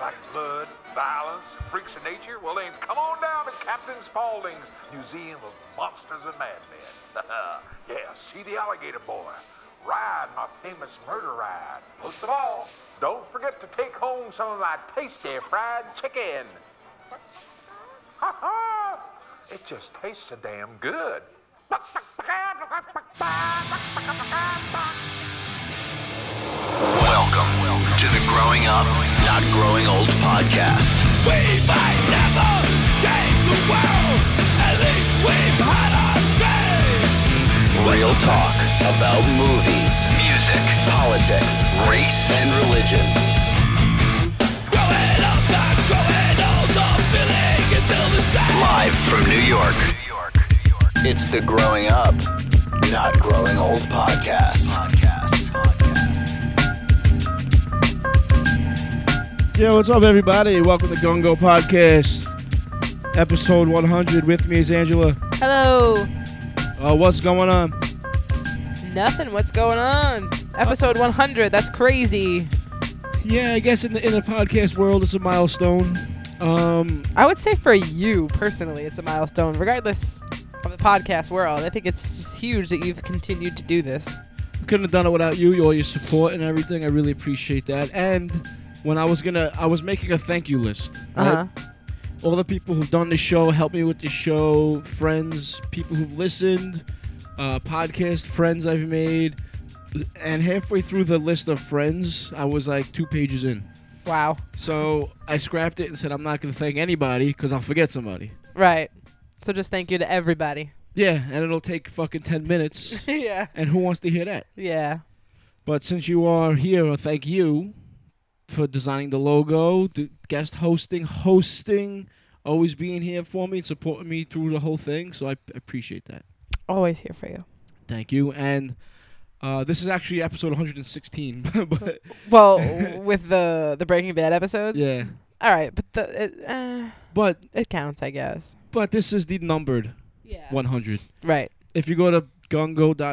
like blood, violence, freaks of nature, well then come on down to Captain Spaulding's Museum of Monsters and Madmen. yeah, see the alligator boy. Ride my famous murder ride. Most of all, don't forget to take home some of my tasty fried chicken. Ha ha! It just tastes so damn good. Welcome, to the Growing Up, Not Growing Old podcast. We might never change the world. At least we've had our say. Real talk about movies, music, politics, race, and religion. Growing up, not growing old. The feeling is still the same. Live from New York. It's the Growing Up, Not Growing Old podcast. Yo, what's up, everybody? Welcome to Gungo Podcast, episode 100. With me is Angela. Hello. Uh, what's going on? Nothing. What's going on? Episode 100. That's crazy. Yeah, I guess in the in the podcast world, it's a milestone. Um, I would say for you personally, it's a milestone, regardless of the podcast world. I think it's just huge that you've continued to do this. couldn't have done it without you, all your support and everything. I really appreciate that. And when I was gonna, I was making a thank you list. right? Uh huh. all the people who've done the show, helped me with the show, friends, people who've listened, uh, podcast friends I've made. And halfway through the list of friends, I was like two pages in. Wow. So I scrapped it and said I'm not going to thank anybody because I'll forget somebody. Right. So just thank you to everybody. Yeah, and it'll take fucking 10 minutes. yeah. and who wants to hear that? Yeah. But since you are here, I thank you for designing the logo, d- guest hosting, hosting, always being here for me and supporting me through the whole thing. So I p- appreciate that. Always here for you. Thank you. And uh, this is actually episode 116. but Well, with the the Breaking Bad episodes. yeah, All right, but the it, uh, but it counts, I guess. but this is the numbered Yeah. 100. Right. If you go to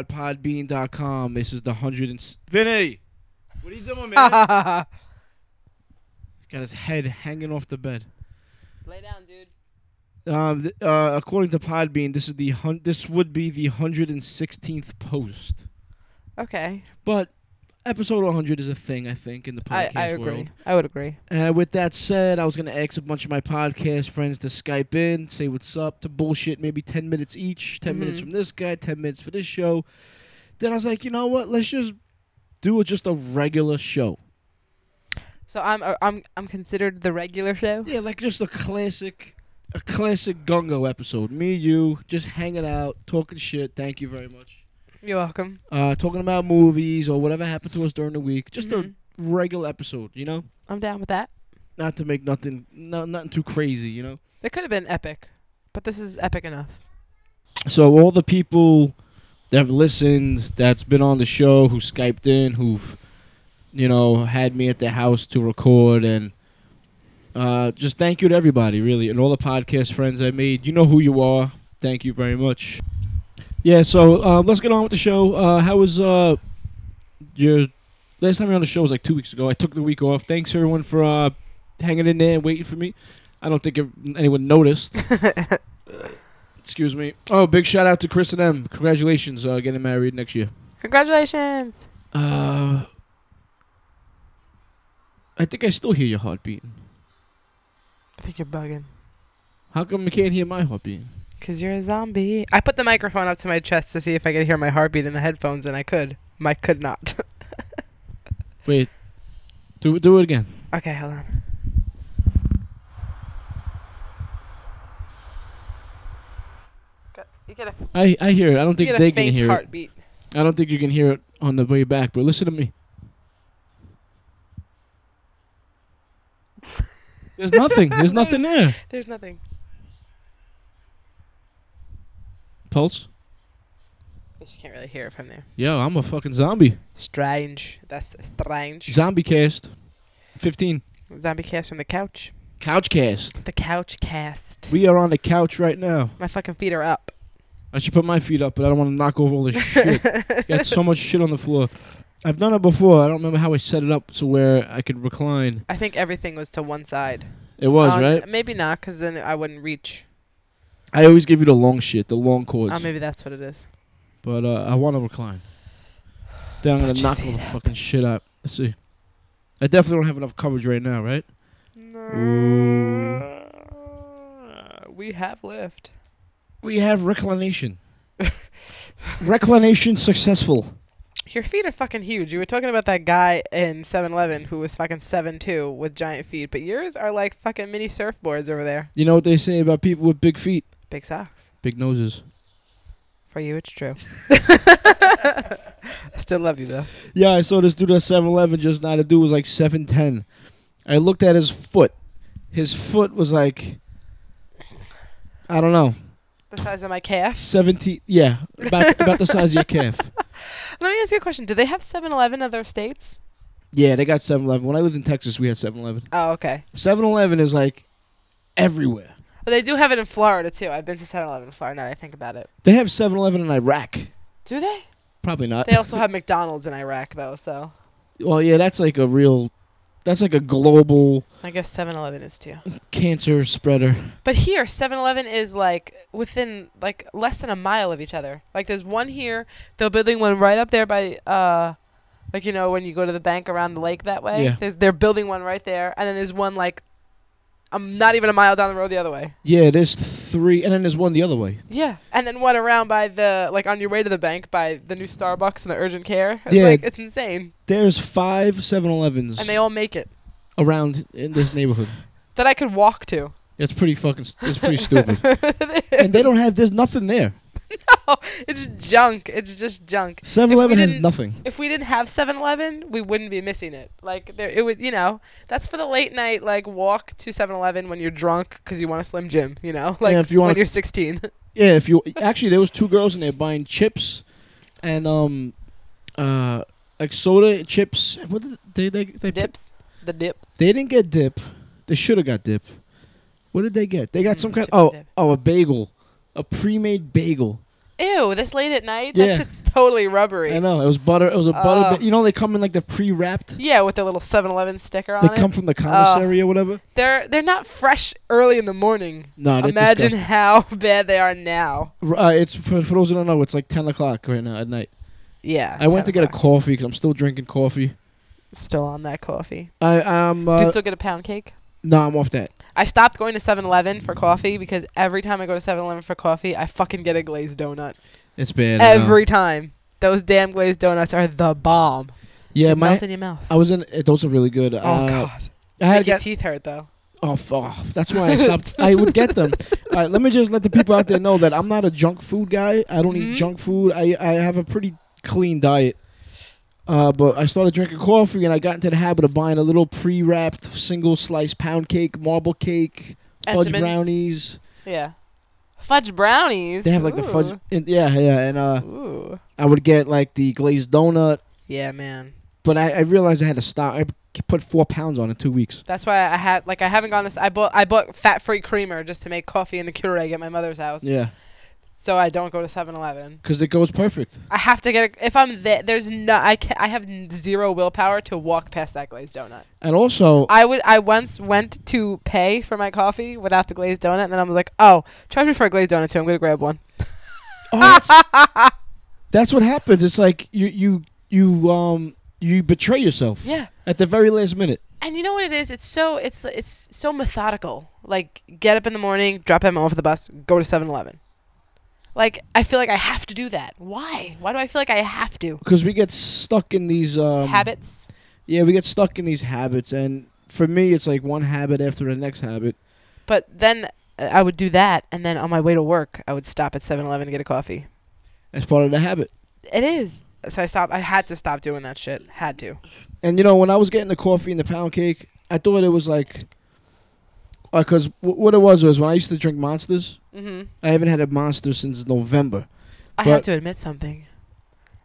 gungo.podbean.com, this is the 100 and s- Vinny. What are you doing, man? He's got his head hanging off the bed. Lay down, dude. Um, th- uh, according to Podbean, this is the hun- this would be the 116th post. Okay. But episode 100 is a thing, I think, in the I, podcast I agree. world. I would agree. And with that said, I was gonna ask a bunch of my podcast friends to Skype in, say what's up, to bullshit maybe ten minutes each, 10 minutes Mhm. from this guy, ten minutes for this show. Then I was like, you know what? Let's just do a, just a regular show. So I'm uh, I'm I'm considered the regular show. Yeah, like just a classic, a classic Gungo episode. Me, you, just hanging out, talking shit. Thank you very much. You're welcome. Uh, talking about movies or whatever happened to us during the week. Just Mhm. a regular episode, you know. I'm down with that. Not to make nothing, no, nothing too crazy, you know. It could have been epic, but this is epic enough. So all the people that have listened, that's been on the show, who skyped in, who've you know had me at their house to record, and uh, just thank you to everybody, really, and all the podcast friends I made. You know who you are. Thank you very much. Yeah. So uh, let's get on with the show. Uh, how was uh, your last time you were on the show was like two weeks ago. I took the week off. Thanks everyone for uh, hanging in there and waiting for me. I don't think anyone noticed. Excuse me. Oh, big shout out to Chris and M. Congratulations, uh, getting married next year. Congratulations. Uh, I think I still hear your heart beating. I think you're bugging. How come you can't hear my heart beating? Cause you're a zombie. I put the microphone up to my chest to see if I could hear my heartbeat in the headphones, and I could. I could not. Wait, do do it again. okay, hold on. Got- You get a, I I hear it. I don't you think get a they can faint hear it. heartbeat. I don't think you can hear it on the way back. But listen to me. There's nothing. There's nothing there. There's nothing. Pulse. You can't really hear it from there. Yo, I'm a fucking zombie. Strange. That's strange. Zombie cast. Fifteen. Zombie cast from the couch. Couch cast. The couch cast. We are on the couch right now. My fucking feet are up. I should put my feet up, but I don't want to knock over all this shit. Got so much shit on the floor. I've done it before. I don't remember how I set it up to where I could recline. I think everything was to one side. It was Uh, right. Maybe not, because then I wouldn't reach. I always give you the long shit, the long cords. Oh, maybe that's what it is. But uh, I want to recline. Then I'm gonna Put your knock all feet the fucking shit out. Let's see. I definitely don't have enough coverage right now, right? Mm. We have lift. We have reclination. reclination successful. Your feet are fucking huge. You were talking about that guy in 7-Eleven who was fucking 7'2 with giant feet, but yours are like fucking mini surfboards over there. You know what they say about people with big feet? Big socks. Big noses. For you, it's true. I still love you though. Yeah, I saw this dude at 7 Eleven just now. The dude was like 7'10. I looked at his foot. His foot was like, I don't know, The size of my calf. 17. Yeah, about, about the size of your calf. Let me ask you a question. Do they have 7-Eleven in other states? Yeah, they got 7 Eleven. When I lived in Texas, we had 7 Eleven. Oh, okay. 7 Eleven is like everywhere. But they do have it in Florida too. I've been to 7-Eleven in Florida now that I think about it. They have 7 Eleven in Iraq. Do they? Probably not. They also have McDonald's in Iraq though, so well, yeah, that's like a real, that's like a global I guess 7-Eleven is too. cancer spreader. But here, 7-Eleven is like within like less than a mile of each other. Like there's one here. They're building one right up there by uh, like you know when you go to the bank around the lake that way. Yeah. There's they're building one right there, and then there's one like, um, not even a mile down the road the other way. Yeah, there's three, and then there's one the other way. Yeah. And then one around by the like on your way to the bank by the new Starbucks and the urgent care. It's Yeah. like it's insane, There's five 7 Elevens. and they all make it around in this neighborhood. that I could walk to. It's pretty fucking. st- It's pretty stupid. And they don't have. There's nothing there. It's junk. It's just junk. If we 7-Eleven has didn't- nothing. if we didn't have 7-Eleven, we wouldn't be missing it. Like there, it would, you know, that's for the late night like walk to 7-Eleven when you're drunk because you want a Slim Jim, you know, like if you wanna- when you're 16. Yeah, if you actually there was two girls in there buying chips, and um, uh, like soda chips. What did they they they dips, the dips. They didn't get dip. They should have got dip. What did they get? They got Mm, some kind. chips and Oh, dip. oh, a bagel, a pre-made bagel. Ew, this late at night, Yeah. uh, that shit's totally rubbery. I know it was butter. It was a butter. Oh. ba- you know they come in like the pre-wrapped. Yeah, with the little 7-Eleven sticker on They it. Oh. come from the commissary or whatever. they're they're not fresh early in the morning. No, that's Imagine disgusting. how bad they are now. R- Uh, it's for, for those who don't know. It's like ten o'clock right now at night. Yeah. I went to 10 get a o'clock. coffee because I'm still drinking coffee. Still on that coffee. I um uh, Do you still get a pound cake? no, I'm off that. I stopped going to 7-Eleven for coffee because every time I go to 7-Eleven for coffee, I fucking get a glazed donut. It's bad. I know. Every time. Those damn glazed donuts are the bomb. yeah, They my melt in your mouth. I was in. uh, Those are really good. Oh uh, god. I had to Make your get teeth hurt though. Oh, f- oh, that's why I stopped. I would get them. All right, let me just let the people out there know that I'm not a junk food guy. I don't Mhm. eat junk food. I, I have a pretty clean diet. Uh, but I started drinking coffee and I got into the habit of buying a little pre wrapped single slice pound cake, marble cake, fudge Entenmann's? brownies. Yeah. Fudge brownies. They have like the fudge. Ooh. And, yeah, yeah. And uh, Ooh. I would get like the glazed donut. Yeah, man. But I, I realized I had to stop. I put four pounds on in two weeks. That's why I had like I haven't gone this I bought I bought fat free creamer just to make coffee in the Keurig at my mother's house. Yeah. So I don't go to 7-Eleven. Because it goes perfect. I have to get a, if I'm there there's no I can, I have n- zero willpower to walk past that glazed donut. And also, I would. I once went to pay for my coffee without the glazed donut, and then I was like, "Oh, charge me for a glazed donut too. I'm gonna grab one." Oh, that's, that's what happens. It's like you you you um you betray yourself. Yeah. At the very last minute. And you know what it is? It's so it's it's so methodical. Like get up in the morning, drop Emma off at the bus, go to 7-Eleven. Like I feel like I have to do that. Why? Why do I feel like I have to? Because we get stuck in these um, Habits. Yeah, we get stuck in these habits, and for me, it's like one habit after the next habit. But then uh, I would do that, and then on my way to work, I would stop at 7-Eleven to get a coffee. That's part of the habit. It is. So I stopped. I had to stop doing that shit. Had to. And you know, when I was getting the coffee and the pound cake, I thought it was like, because what it was was when I used to drink monsters. Mm-hmm. I haven't had a monster since November. I have But- to admit something.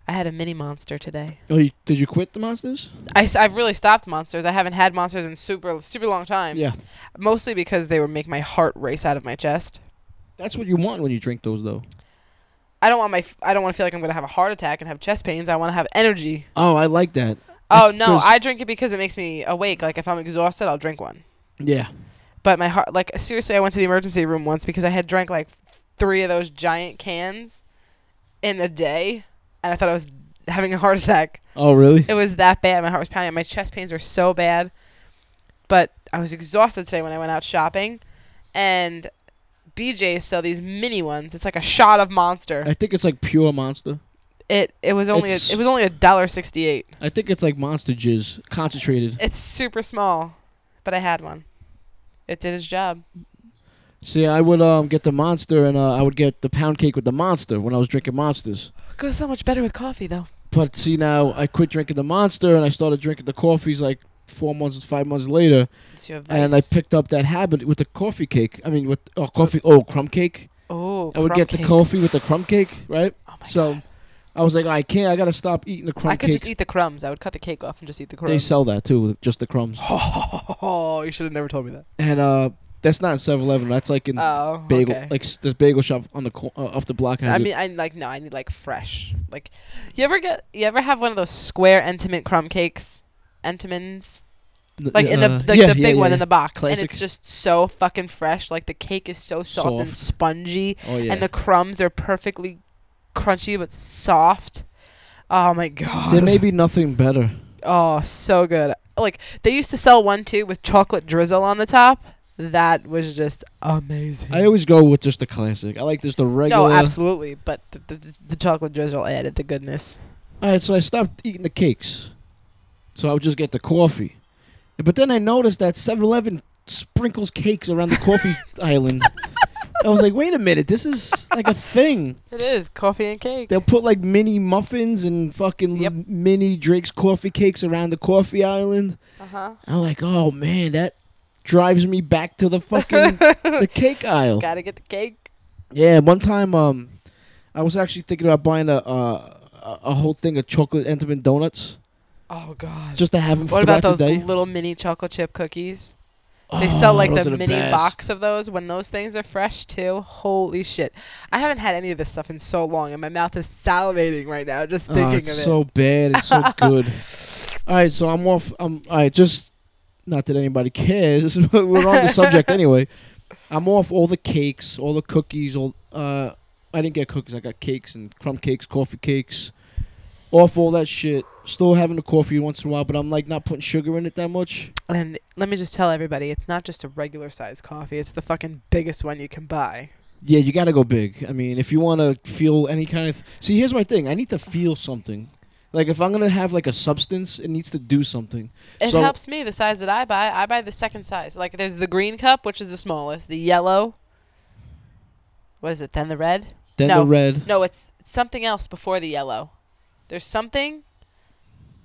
I had a mini monster today. Oh, you, did you quit the monsters? I, have really stopped monsters. I haven't had monsters in super super long time. Yeah, Mostly because they would make my heart race out of my chest. that's what you want when you drink those, though. I don't want my. f- I don't want to feel like I'm gonna have a heart attack and have chest pains. I want to have energy. Oh, I like that. Oh no, 'Cause- I drink it because it makes me awake. Like if I'm exhausted, I'll drink one. yeah. But my heart, like seriously, I went to the emergency room once because I had drank like three of those giant cans in a day, and I thought I was having a heart attack. Oh really? It was that bad. My heart was pounding. My chest pains were so bad. But I was exhausted today when I went out shopping, and BJ's sell these mini ones. It's like a shot of Monster. I think it's like pure monster. It it was only a, It's- it was only a dollar sixty eight. I think it's like monster jizz concentrated. It's super small, but I had one. It did its job. See, I would um get the monster and uh, I would get the pound cake with the monster when I was drinking monsters. Goes so much better with coffee though. But see now I quit drinking the monster and I started drinking the coffees like four months, five months later, It's your and I vice. picked up that habit with the coffee cake. I mean, with oh coffee, oh crumb cake. Oh, I would crumb get the cake. coffee with the crumb cake, right? Oh my so God. I was like, I can't. I gotta stop eating the crumb I could cake. just eat the crumbs. I would cut the cake off and just eat the crumbs. they sell that too, just the crumbs. Oh, you should have never told me that. And uh, that's not in 7-Eleven. That's like in Oh, bagel, okay. like s- the bagel shop on the co- uh, off the block. Has I it. mean, I like no. I need like fresh. Like, you ever get? You ever have one of those square Entenmann crumb cakes? Entenmann's, N- like in the uh, like yeah, the yeah, big one yeah. in the box, and Classic. it's just so fucking fresh. Like the cake is so soft, and Soft. spongy, Oh yeah. and the crumbs are perfectly crunchy but soft. Oh my god! there may be nothing better. Oh, so good. Like they used to sell one too with chocolate drizzle on the top. That was just amazing. I always go with just the classic. I like just the regular. no, absolutely, but the, the, the chocolate drizzle added the goodness. All right, so I stopped eating the cakes, so I would just get the coffee. But then I noticed that 7-Eleven sprinkles cakes around the coffee island. I was like, wait a minute, this is like a thing. It is coffee and cake. They'll put like mini muffins and fucking Yep. l- mini Drake's coffee cakes around the coffee island. Uh huh. I'm like, oh man, that drives me back to the fucking the cake aisle. Gotta get the cake. Yeah, one time, um, I was actually thinking about buying a uh, a- a whole thing of chocolate Entenmann donuts Oh God. just to have them what throughout about those the day. little mini chocolate chip cookies? They Oh, sell like those the, are mini best. box of those when those things are fresh too. Holy shit! I haven't had any of this stuff in so long, and my mouth is salivating right now just Oh, thinking of it. it's so bad. It's so good. All right, so I'm off. I'm all right. Just not that anybody cares. but We're on the subject anyway. I'm off all the cakes, all the cookies. All uh, I didn't get cookies. I got cakes and crumb cakes, coffee cakes. Off all that shit. Still having the coffee once in a while, but I'm like not putting sugar in it that much. And let me just tell everybody, it's not just a regular size coffee. It's the fucking biggest one you can buy. Yeah, you gotta go big. I mean, if you want to feel any kind of see, here's my thing. I need to feel something. Like if I'm gonna have like a substance, it needs to do something. It So- helps me the size that I buy. I buy the second size. Like there's the green cup, which is the smallest. The yellow. What is it? Then the red. Then No. the red. No, it's it's something else before the yellow. There's something,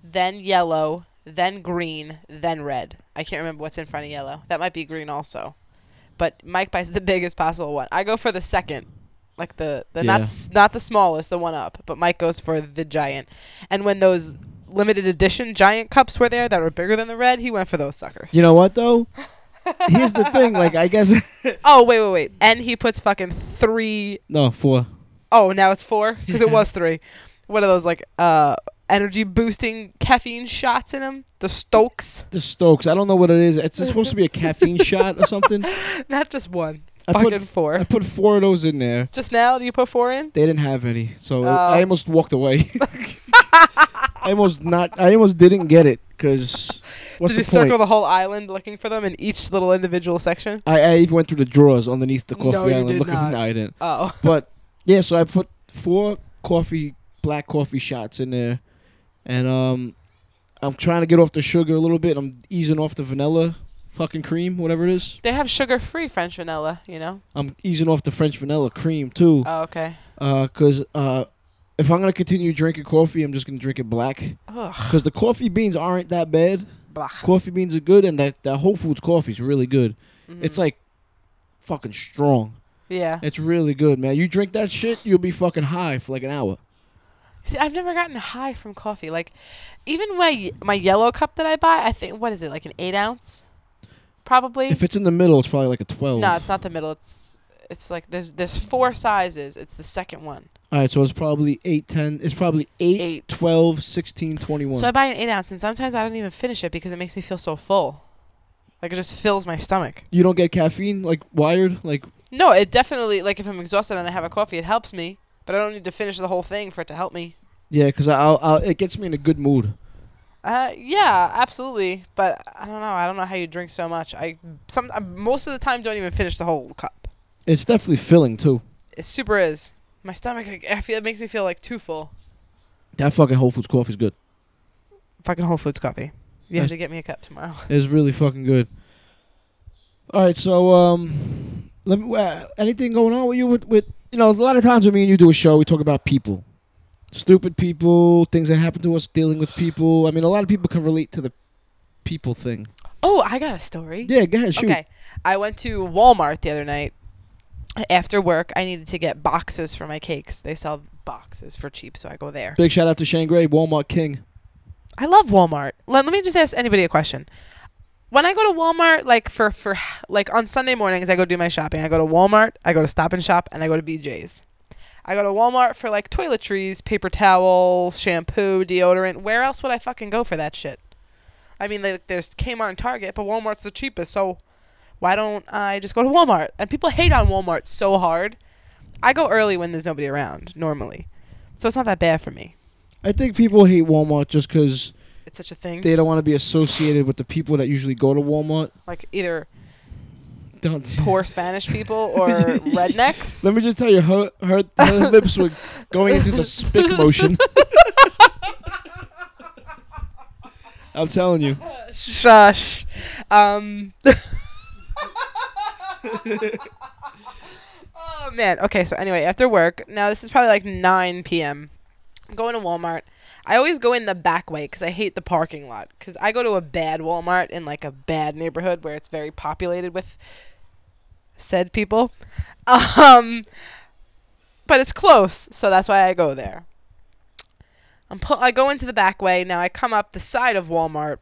then yellow, then green, then red. I can't remember what's in front of yellow. That might be green also. But Mike buys the biggest possible one. I go for the second. Like the, the not Yeah. s- not the smallest, the one up, but Mike goes for the giant. And when those limited edition giant cups were there that were bigger than the red, he went for those suckers. You know what though? Here's the thing. Like I guess Oh wait, wait, wait. And he puts fucking three no four. Oh, now it's four because it was three. One of those like uh energy boosting caffeine shots in them. The Stokes, The Stokes. I don't know what it is. It's supposed to be a caffeine shot or something. not just one. I put fucking f- four. I put four of those in there. just now, do you put four in? They didn't have any, so Oh. I almost walked away. I almost not. I almost didn't get it because what's Did you the point? circle the whole island looking for them in each little individual section? I, I even went through the drawers underneath the No, coffee you island did looking for. not. No, I didn't. Oh, But yeah, so I put four coffee black coffee shots in there, and um, I'm trying to get off the sugar a little bit. I'm easing off the vanilla, fucking cream, whatever it is. they have sugar-free French vanilla. You know? I'm easing off the French vanilla cream too, Oh, okay. Uh 'cause uh, if I'm gonna continue drinking coffee, I'm just gonna drink it black. Ugh. Cause the coffee beans aren't that bad. Blah. Coffee beans are good, and that that Whole Foods coffee is really good. Mm-hmm. It's like fucking strong. Yeah. It's really good, man. You drink that shit, you'll be fucking high for like an hour. See, I've never gotten high from coffee. Like, even my y- my yellow cup that I buy, I think what is it like an eight ounce? Probably. If it's in the middle, it's probably like a twelve. No, it's not the middle. It's It's like there's there's four sizes. It's the second one. All right, so it's probably 8, 10. It's probably 8, Eight. 12, 16, 21. So I buy an eight ounce, and sometimes I don't even finish it because it makes me feel so full. Like it just fills my stomach. you don't get caffeine, like wired? Like, No, it definitely like if I'm exhausted and I have a coffee, it helps me. But I don't need to finish the whole thing for it to help me. yeah, because I'll, I'll, it gets me in a good mood. Uh, yeah, absolutely. But I don't know. I don't know how you drink so much. I some I, most of the time don't even finish the whole cup. It's definitely filling, too. It super is. My stomach, like, I feel it makes me feel like too full. That fucking Whole Foods coffee's good. Fucking Whole Foods coffee. You Nice. have to get me a cup tomorrow. It's really fucking good. All right, so um, let me. Uh, anything going on with you? With, with you know, a lot of times when me and you do a show, we talk about people, stupid people, things that happen to us, dealing with people. I mean, a lot of people can relate to the people thing. Oh, I got a story. Yeah, go ahead, shoot. Okay. I went to Walmart the other night. After work, I needed to get boxes for my cakes. They sell boxes for cheap, so I go there. Big shout out to Shane Gray, Walmart King. I love Walmart. Let, let me just ask anybody a question. When I go to Walmart, like for for like on Sunday mornings, I go do my shopping. I go to Walmart, I go to Stop and Shop, and I go to BJ's. I go to Walmart for like toiletries, paper towel, shampoo, deodorant. Where else would I fucking go for that shit? I mean, like there's Kmart and Target, but Walmart's the cheapest, so why don't I just go to Walmart? And people hate on Walmart so hard. I go early when there's nobody around normally, so it's not that bad for me. I think people hate Walmart just because It's such a thing. they don't want to be associated with the people that usually go to Walmart. Like either Don't. poor Spanish people or rednecks. Let me just tell you, her her, her lips were going into the spick motion. I'm telling you. shush. Um. oh man. Okay. So anyway, after work. Now this is probably like 9 p.m. I'm going to Walmart. I always go in the back way because I hate the parking lot. Because I go to a bad Walmart in like a bad neighborhood where it's very populated with said people. Um, but it's close, so that's why I go there. I'm pu- I go into the back way. Now I come up the side of Walmart.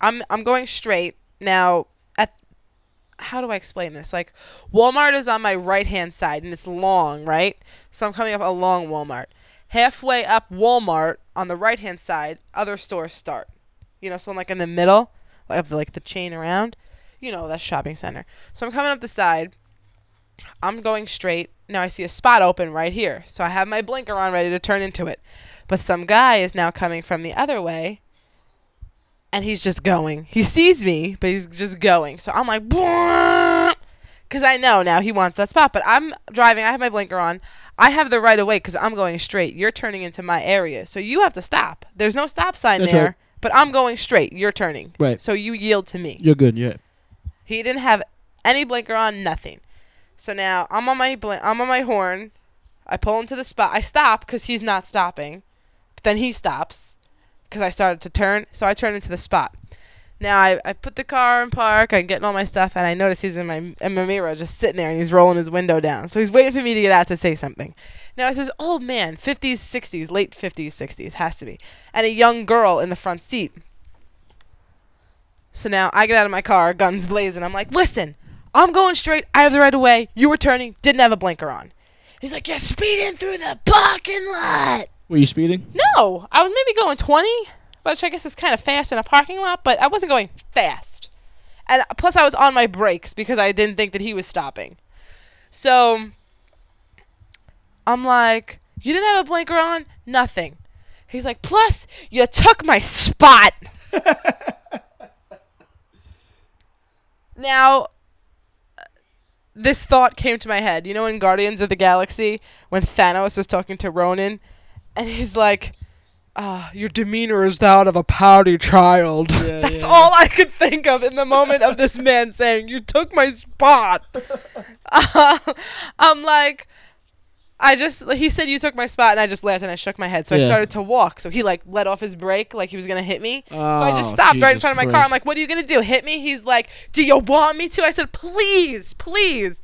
I'm I'm going straight now. At how do I explain this? Like Walmart is on my right hand side and it's long, right? So I'm coming up along Walmart. Halfway up Walmart on the right hand side, other stores start. You know, so I'm like in the middle of like the chain around. You know, that's shopping center. So I'm coming up the side. I'm going straight. Now I see a spot open right here. So I have my blinker on ready to turn into it. But some guy is now coming from the other way and he's just going. He sees me, but he's just going. So I'm like, because I know now he wants that spot. But I'm driving. I have my blinker on. I have the right of way because I'm going straight. You're turning into my area, so you have to stop. There's no stop sign That's there, right. but I'm going straight. You're turning. Right. So you yield to me. You're good, yeah. He didn't have any blinker on, nothing. So now I'm on my bl- I'm on my horn. I pull into the spot. I stop because he's not stopping. But then he stops because I started to turn. So I turn into the spot. Now I, I put the car in park. I'm getting all my stuff, and I notice he's in my in my mirror, just sitting there, and he's rolling his window down. So he's waiting for me to get out to say something. Now it's this old man, 50s, 60s, late 50s, 60s, has to be, and a young girl in the front seat. So now I get out of my car, guns blazing. I'm like, listen, I'm going straight. I have the right of way. You were turning, didn't have a blinker on. He's like, you're speeding through the parking lot. Were you speeding? No, I was maybe going 20, which I guess is kind of fast in a parking lot, but I wasn't going fast. And plus, I was on my brakes because I didn't think that he was stopping. So I'm like, you didn't have a blinker on? Nothing. He's like, plus, you took my spot. now, uh, this thought came to my head. You know, in Guardians of the Galaxy, when Thanos is talking to Ronan, and he's like, ah, your demeanor is that of a pouty child. That's all I could think of in the moment of this man saying, you took my spot. I'm like, I just, like, he said, you took my spot, and I just laughed and I shook my head. So I Yeah. started to walk. So he, like, let off his brake, like he was going to hit me. so I just Oh, stopped right in Jesus front of my car. Christ. I'm like, what are you going to do? Hit me? He's like, do you want me to? I said, please, please.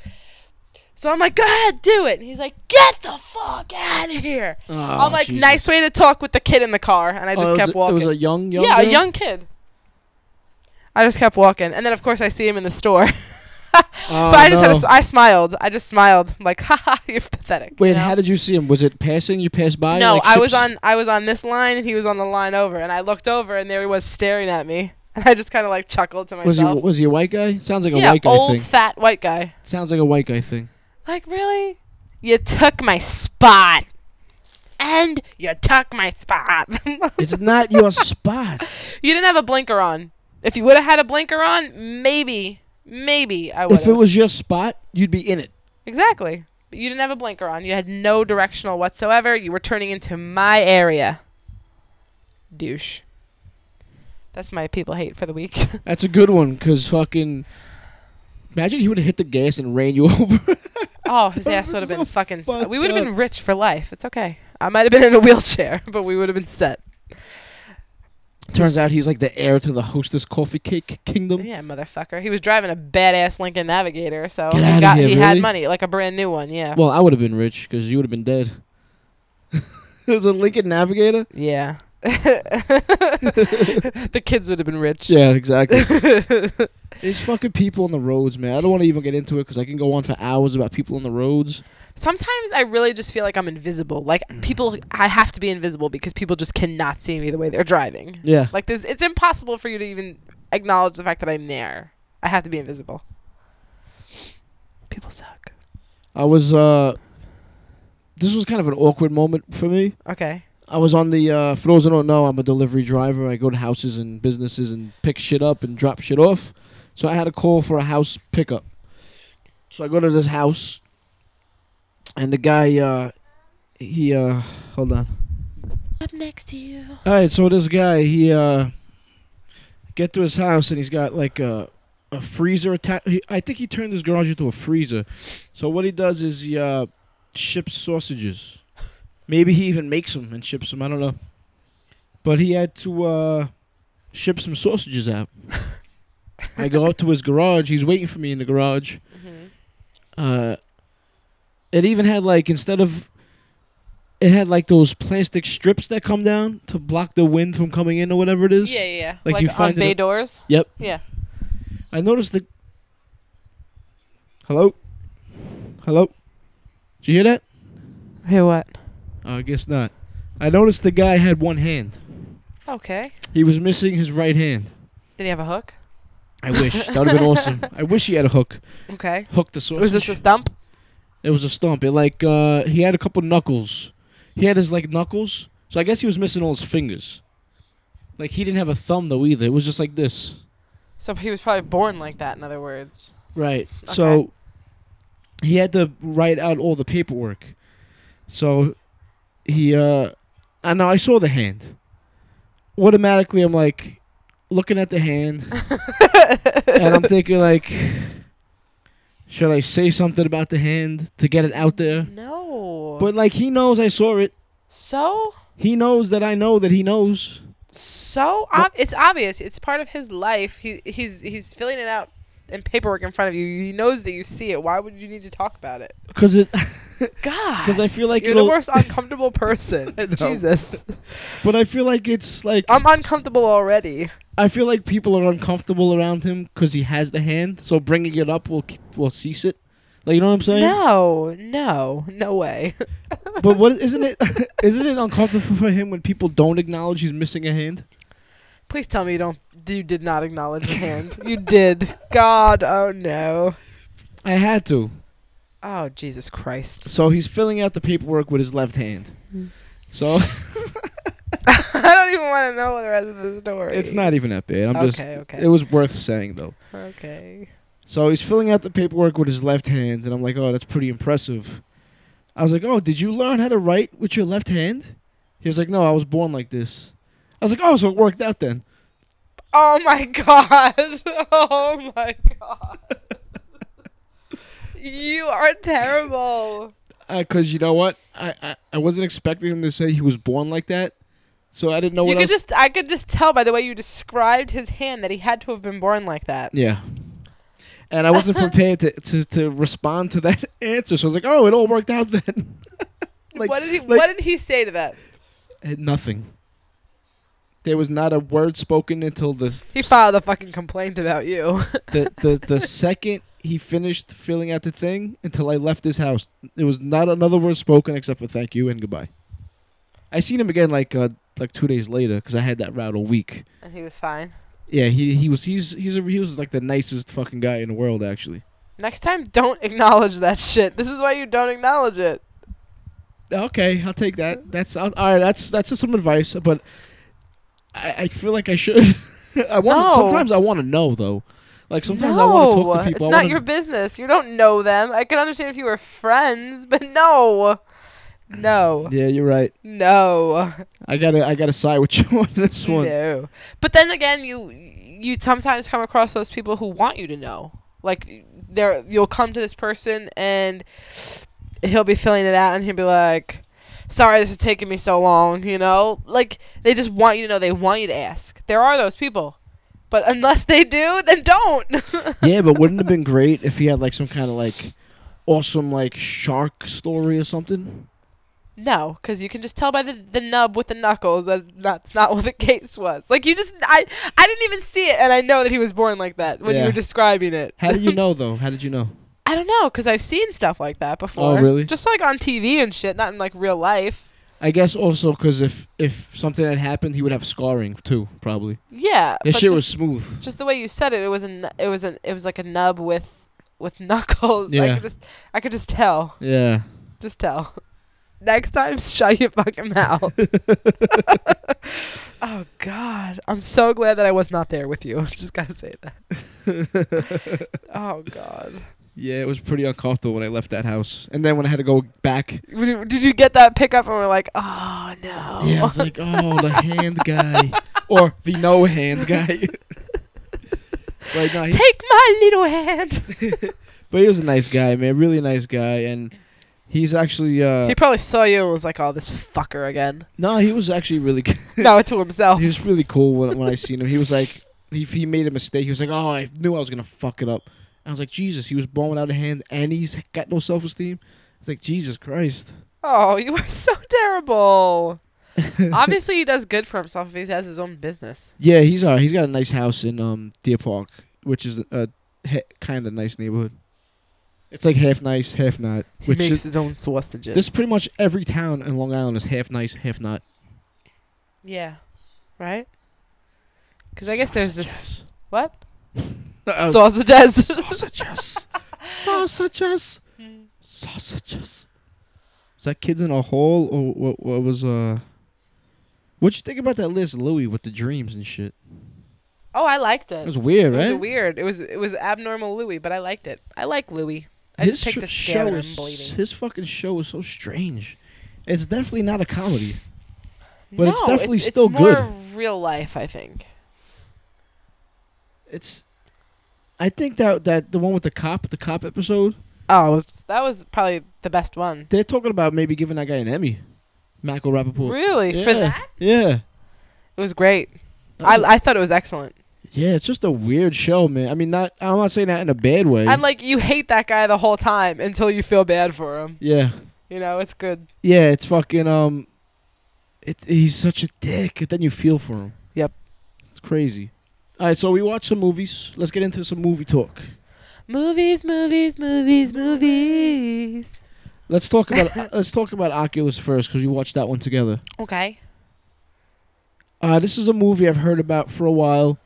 So I'm like, go ahead, do it. And he's like, get the fuck out of here. I'm like, Oh, Jesus. nice way to talk with the kid in the car. And I Oh, just it was kept a- walking. It was a young, young yeah, a girl? young kid. I just kept walking. And then, of course, I see him in the store. Oh, but I just had a s I smiled. I just smiled like, ha ha, you're pathetic. Wait, you know? how did you see him? Was it passing? You passed by? No, like I was ships? on I was on this line and he was on the line over, and I looked over and there he was staring at me, and I just kind of like chuckled to Was he myself. was he a white guy? Sounds like a yeah, white guy old thing. fat white guy. Sounds like a white guy thing. Like really, you took my spot, and you took my spot. It's not your spot. you didn't have a blinker on. If you would have had a blinker on, maybe, maybe I would. If it was your spot, you'd be in it. exactly. But you didn't have a blinker on. You had no directional whatsoever. You were turning into my area. Douche. That's my people hate for the week. That's a good one, cause fucking. Imagine he would have hit the gas and ran you over. Oh, his ass was would have so been fucking. s- fucked we would have been up. rich for life. It's okay. I might have been in a wheelchair, but we would have been set. Turns out he's like the heir to the hostess coffee cake kingdom. Yeah, motherfucker. He was driving a badass Lincoln Navigator, so Get he outta got here, he had really? money, like a brand new one. Yeah. Well, I would have been rich, cause you would have been dead. it was a Lincoln Navigator. yeah. the kids would have been rich. Yeah, exactly. There's fucking people on the roads, man. I don't want to even get into it because I can go on for hours about people on the roads. Sometimes I really just feel like I'm invisible. Like Mm-hmm. people, I have to be invisible because people just cannot see me the way they're driving. Yeah. Like this, it's impossible for you to even acknowledge the fact that I'm there. I have to be invisible. People suck. I was uh this was kind of an awkward moment for me. Okay. I was on the uh for those who don't know, I'm a delivery driver. I go to houses and businesses and pick shit up and drop shit off. So I had a call for a house pickup. So I go to this house and the guy uh he uh hold on. Up next to you. All right, so this guy, he uh get to his house and he's got like a a freezer attached. I think he turned his garage into a freezer. So what he does is he uh ships sausages. Maybe he even makes them and ships them. I don't know. But he had to uh ship some sausages out. I go up to his garage. He's waiting for me in the garage. Uh, it even had like instead of it had like those plastic strips that come down to block the wind from coming in or whatever it is. Yeah, yeah, yeah. Like, Like, you on find it bay a- doors. Yep. Yeah. I noticed the. Hello. Hello. Did you hear that? Hey, what? Uh, I guess not. I noticed the guy had one hand. Okay. He was missing his right hand. Did he have a hook? I wish that would have been awesome. I wish he had a hook. Okay. Hook the sausage. Was this a stump? It was a stump. It like uh he had a couple knuckles. He had his like knuckles. So I guess he was missing all his fingers. Like he didn't have a thumb though either. It was just like this. So he was probably born like that. In other words. Right. So Okay. he had to write out all the paperwork. So he uh I know I saw the hand. Automatically I'm like looking at the hand and I'm thinking like should I say something about the hand to get it out there? No. But like he knows I saw it. so He knows that I know that he knows. so ob- it's obvious. It's part of his life. He he's he's filling it out in paperwork in front of you. He knows that you see it. Why would you need to talk about it? Cause it, God. cause I feel like You're the it'll, most uncomfortable person. I know. Jesus. but I feel like it's like I'm uncomfortable already. I feel like people are uncomfortable around him because he has the hand. So bringing it up will k- will cease it. Like you know what I'm saying? No, no, no way. But what isn't it? isn't it uncomfortable for him when people don't acknowledge he's missing a hand? Please tell me you don't you did not acknowledge the hand. You did. God, oh no. I had to. Oh Jesus Christ. So he's filling out the paperwork with his left hand. Mm. So I don't even want to know the rest of the story. it's not even that bad. I'm just. Okay, okay. It was worth saying though. Okay. So he's filling out the paperwork with his left hand, and I'm like, oh, that's pretty impressive. I was like, oh, did you learn how to write with your left hand? He was like, no, I was born like this. I was like, oh, so it worked out then. Oh my god. Oh my god. you are terrible. Because Uh, you know what? I, I, I wasn't expecting him to say he was born like that. So I didn't know you Oh, what could else. just I could just tell by the way you described his hand that he had to have been born like that. yeah. And I wasn't prepared to, to, to respond to that answer. So I was like, oh, it all worked out then. like, what did he like- what did he say to that? Eh, Nothing. There was not a word spoken until the He filed a fucking complaint about you. the the the second he finished filling out the thing until I left his house. There was not another word spoken except for thank you and goodbye. I seen him again like uh, like two days later because I had that route a week. And he was fine. Yeah, he he was he's he's a, he was like the nicest fucking guy in the world actually. Next time, don't acknowledge that shit. This is why you don't acknowledge it. Okay, I'll take that. That's all right. That's that's just some advice, but I, I feel like I should. I want. No. Sometimes I want to know though. Like sometimes I want to talk to No, people. It's I not wanna, your business. You don't know them. I could understand if you were friends, but no. No. yeah, you're right. No. I gotta I gotta side with you on this one. No. But then again, you you sometimes come across those people who want you to know. Like there you'll come to this person and he'll be filling it out and he'll be like, "Sorry this is taking me so long," you know? Like they just want you to know, they want you to ask. There are those people. But unless they do, then don't. yeah, but wouldn't it have been great if he had like some kind of like awesome like shark story or something? No, because you can just tell by the, the nub with the knuckles that that's not what the case was. Like you just, I I didn't even see it, and I know that he was born like that when Yeah. you were describing it. How did you know though? How did you know? I don't know, because I've seen stuff like that before. Oh, really? Just like on TV and shit, not in like real life. I guess also because if if something had happened, he would have scarring too, probably. Yeah. This but shit just, was smooth. just the way you said it. It was an it was an it was like a nub with with knuckles. I Yeah. could just I could just tell, Yeah. just tell. Next time, shut your fucking mouth. oh God, I'm so glad that I was not there with you. I just gotta say that. Oh God! yeah, it was pretty uncomfortable when I left that house, and then when I had to go back, Did you- did you get that pickup and we're like, oh no? yeah, I was like, oh, the hand guy or the no hand guy. like, no, he's Take my little hand. But he was a nice guy, man. Really nice guy, and he's actually uh he probably saw you and was like, oh, this fucker again. no, he was actually really good. No, to himself. he was really cool when when I seen him. He was like he he made a mistake. He was like, oh, I knew I was gonna fuck it up. And I was like, Jesus, he was born without a hand, and he's got no self esteem. It's like Jesus Christ. Oh, you are so terrible. Obviously, he does good for himself if he has his own business. Yeah, he's uh, he's got a nice house in um Deer Park, which is a he- kind of nice neighborhood. It's like half nice, half not. He Which makes is, his own sausages. this pretty much every town in Long Island is half nice, half not. yeah, right? Because I guess there's this what Uh, sausages. sausages. sausages. Sausages. Is that kids in a hole or what? What was uh? What you think about that list, Louis, with the dreams and shit? oh, I liked That it. was weird, It right? was weird. It was it was abnormal Louis, but I liked it. I like Louis. I his just sh- picked the show scare and I'm is, bleeding. his fucking show is so strange. It's definitely not a comedy. but it's no, definitely it's, still it's more good. real life, I think. It's. I think that that the one with the cop, the cop episode, Oh, it was, that was probably the best one. they're talking about maybe giving that guy an Emmy, Michael Rappaport. Really? Yeah. For that? Yeah. It was great. That I, was- I thought it was excellent. Yeah, it's just a weird show, man. I mean, not I'm not saying that in a bad way. And like you hate that guy the whole time until you feel bad for him. yeah, You know, it's good. yeah, it's fucking um, it he's such a dick, and then you feel for him. Yep. it's crazy. All right, so we watched some movies. Let's get into some movie talk. Movies, movies, movies, movies. Let's talk about let's talk about Oculus first because we watched that one together. Okay. Uh, this is a movie I've heard about for a while.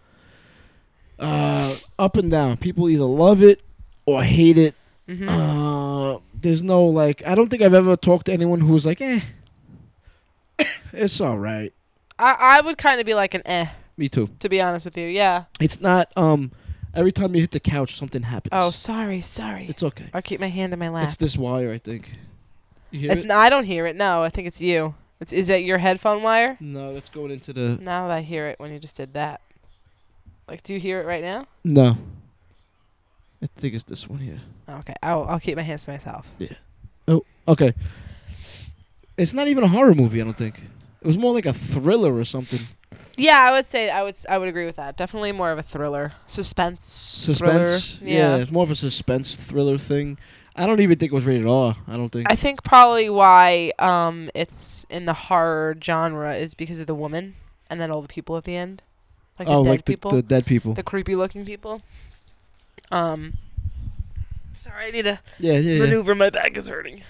Uh, up and down. People either love it or hate it. Mm-hmm. Uh, there's no like. I don't think I've ever talked to anyone who was like, eh, it's all right. I, I would kind of be like an eh, Me too. to be honest with you. Yeah. It's not. Um, every time you hit the couch, something happens. Oh, sorry, sorry. it's okay. I'll keep my hand in my lap. It's this wire, I think. You hear It's it? n- I don't hear it. No, I think it's you. It's is that your headphone wire? no, that's going into the Now that I hear it when you just did that. Like, do you hear it right now? no. I think it's this one here. Okay, I'll I'll keep my hands to myself. Oh, okay. It's not even a horror movie. I don't think. It was more like a thriller or something. Yeah, I would say I would s- I would agree with that. Definitely more of a thriller, suspense, Suspense. Thriller. Yeah. it's more of a suspense thriller thing. I don't even think it was rated R. I don't think. I think probably why um it's in the horror genre is because of the woman and then all the people at the end, like the dead people, Oh, the the, dead people. creepy looking people. Um, Sorry, I need to Yeah, yeah, yeah. maneuver. My back is hurting.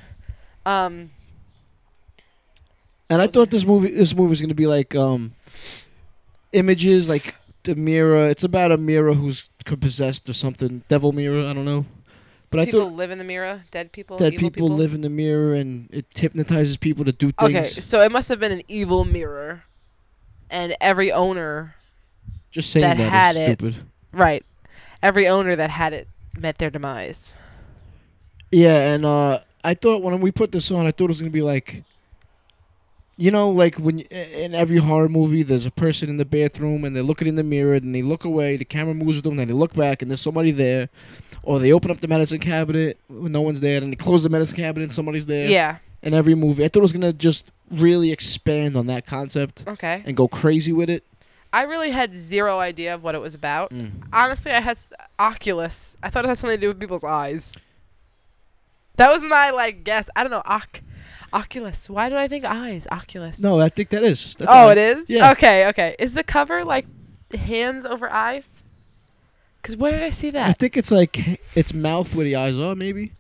Um, And I thought this movie this movie was gonna be like um images like the mirror. It's about a mirror who's c- possessed or something. Devil mirror, I don't know. But people I thought live in the mirror. Dead people. that evil people, live in the mirror and it hypnotizes people to do things. Okay, so it must have been an evil mirror, and every owner, Just saying that that is had it. stupid. right? Every owner that had it met their demise. Yeah, and uh I thought when we put this on, I thought it was gonna be like you know, like when y- in every horror movie, there's a person in the bathroom and they're looking in the mirror and they look away. The camera moves with them, then they look back and there's somebody there, or they open up the medicine cabinet when no one's there, and they close the medicine cabinet and somebody's there. Yeah. In every movie, I thought it was gonna just really expand on that concept Okay. and go crazy with it. I really had zero idea of what it was about. Mm. Honestly, I had s- Oculus. I thought it had something to do with people's eyes. That was my like guess. I don't know. Oc- Oculus. Why did I think eyes? Oculus. No, I think that is. That's oh, all it right. is. Yeah. Okay. Okay. Is the cover like hands over eyes? Cause where did I see I that? think it's like it's mouth where the eyes are, maybe.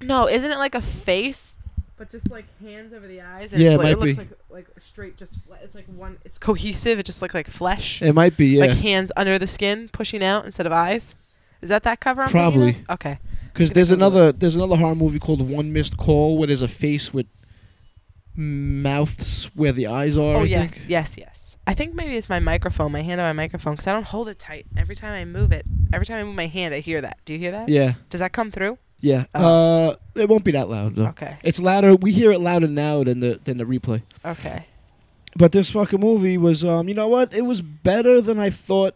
No, isn't it like a face? But just like hands over the eyes. And Yeah, it's it like, might looks be. like like straight, just fle- it's like one. It's cohesive. It just looks like flesh. It might be, yeah. Like hands under the skin, pushing out instead of eyes. Is that that cover? I'm thinking of? Probably. Okay. Because Gonna there's Google another there's another horror movie called One Missed Call where there's a face with mouths where the eyes are. Oh I yes, think. yes, yes. I think maybe it's my microphone, my hand on my microphone, because I don't hold it tight. Every time I move it, every time I move my hand, I hear that. Do you hear that? Yeah, Does that come through? yeah. Uh, it won't be that loud though. Uh-huh. Okay. It's louder. We hear it louder now than the than the replay. Okay. But this fucking movie was um, you know what? It was better than I thought,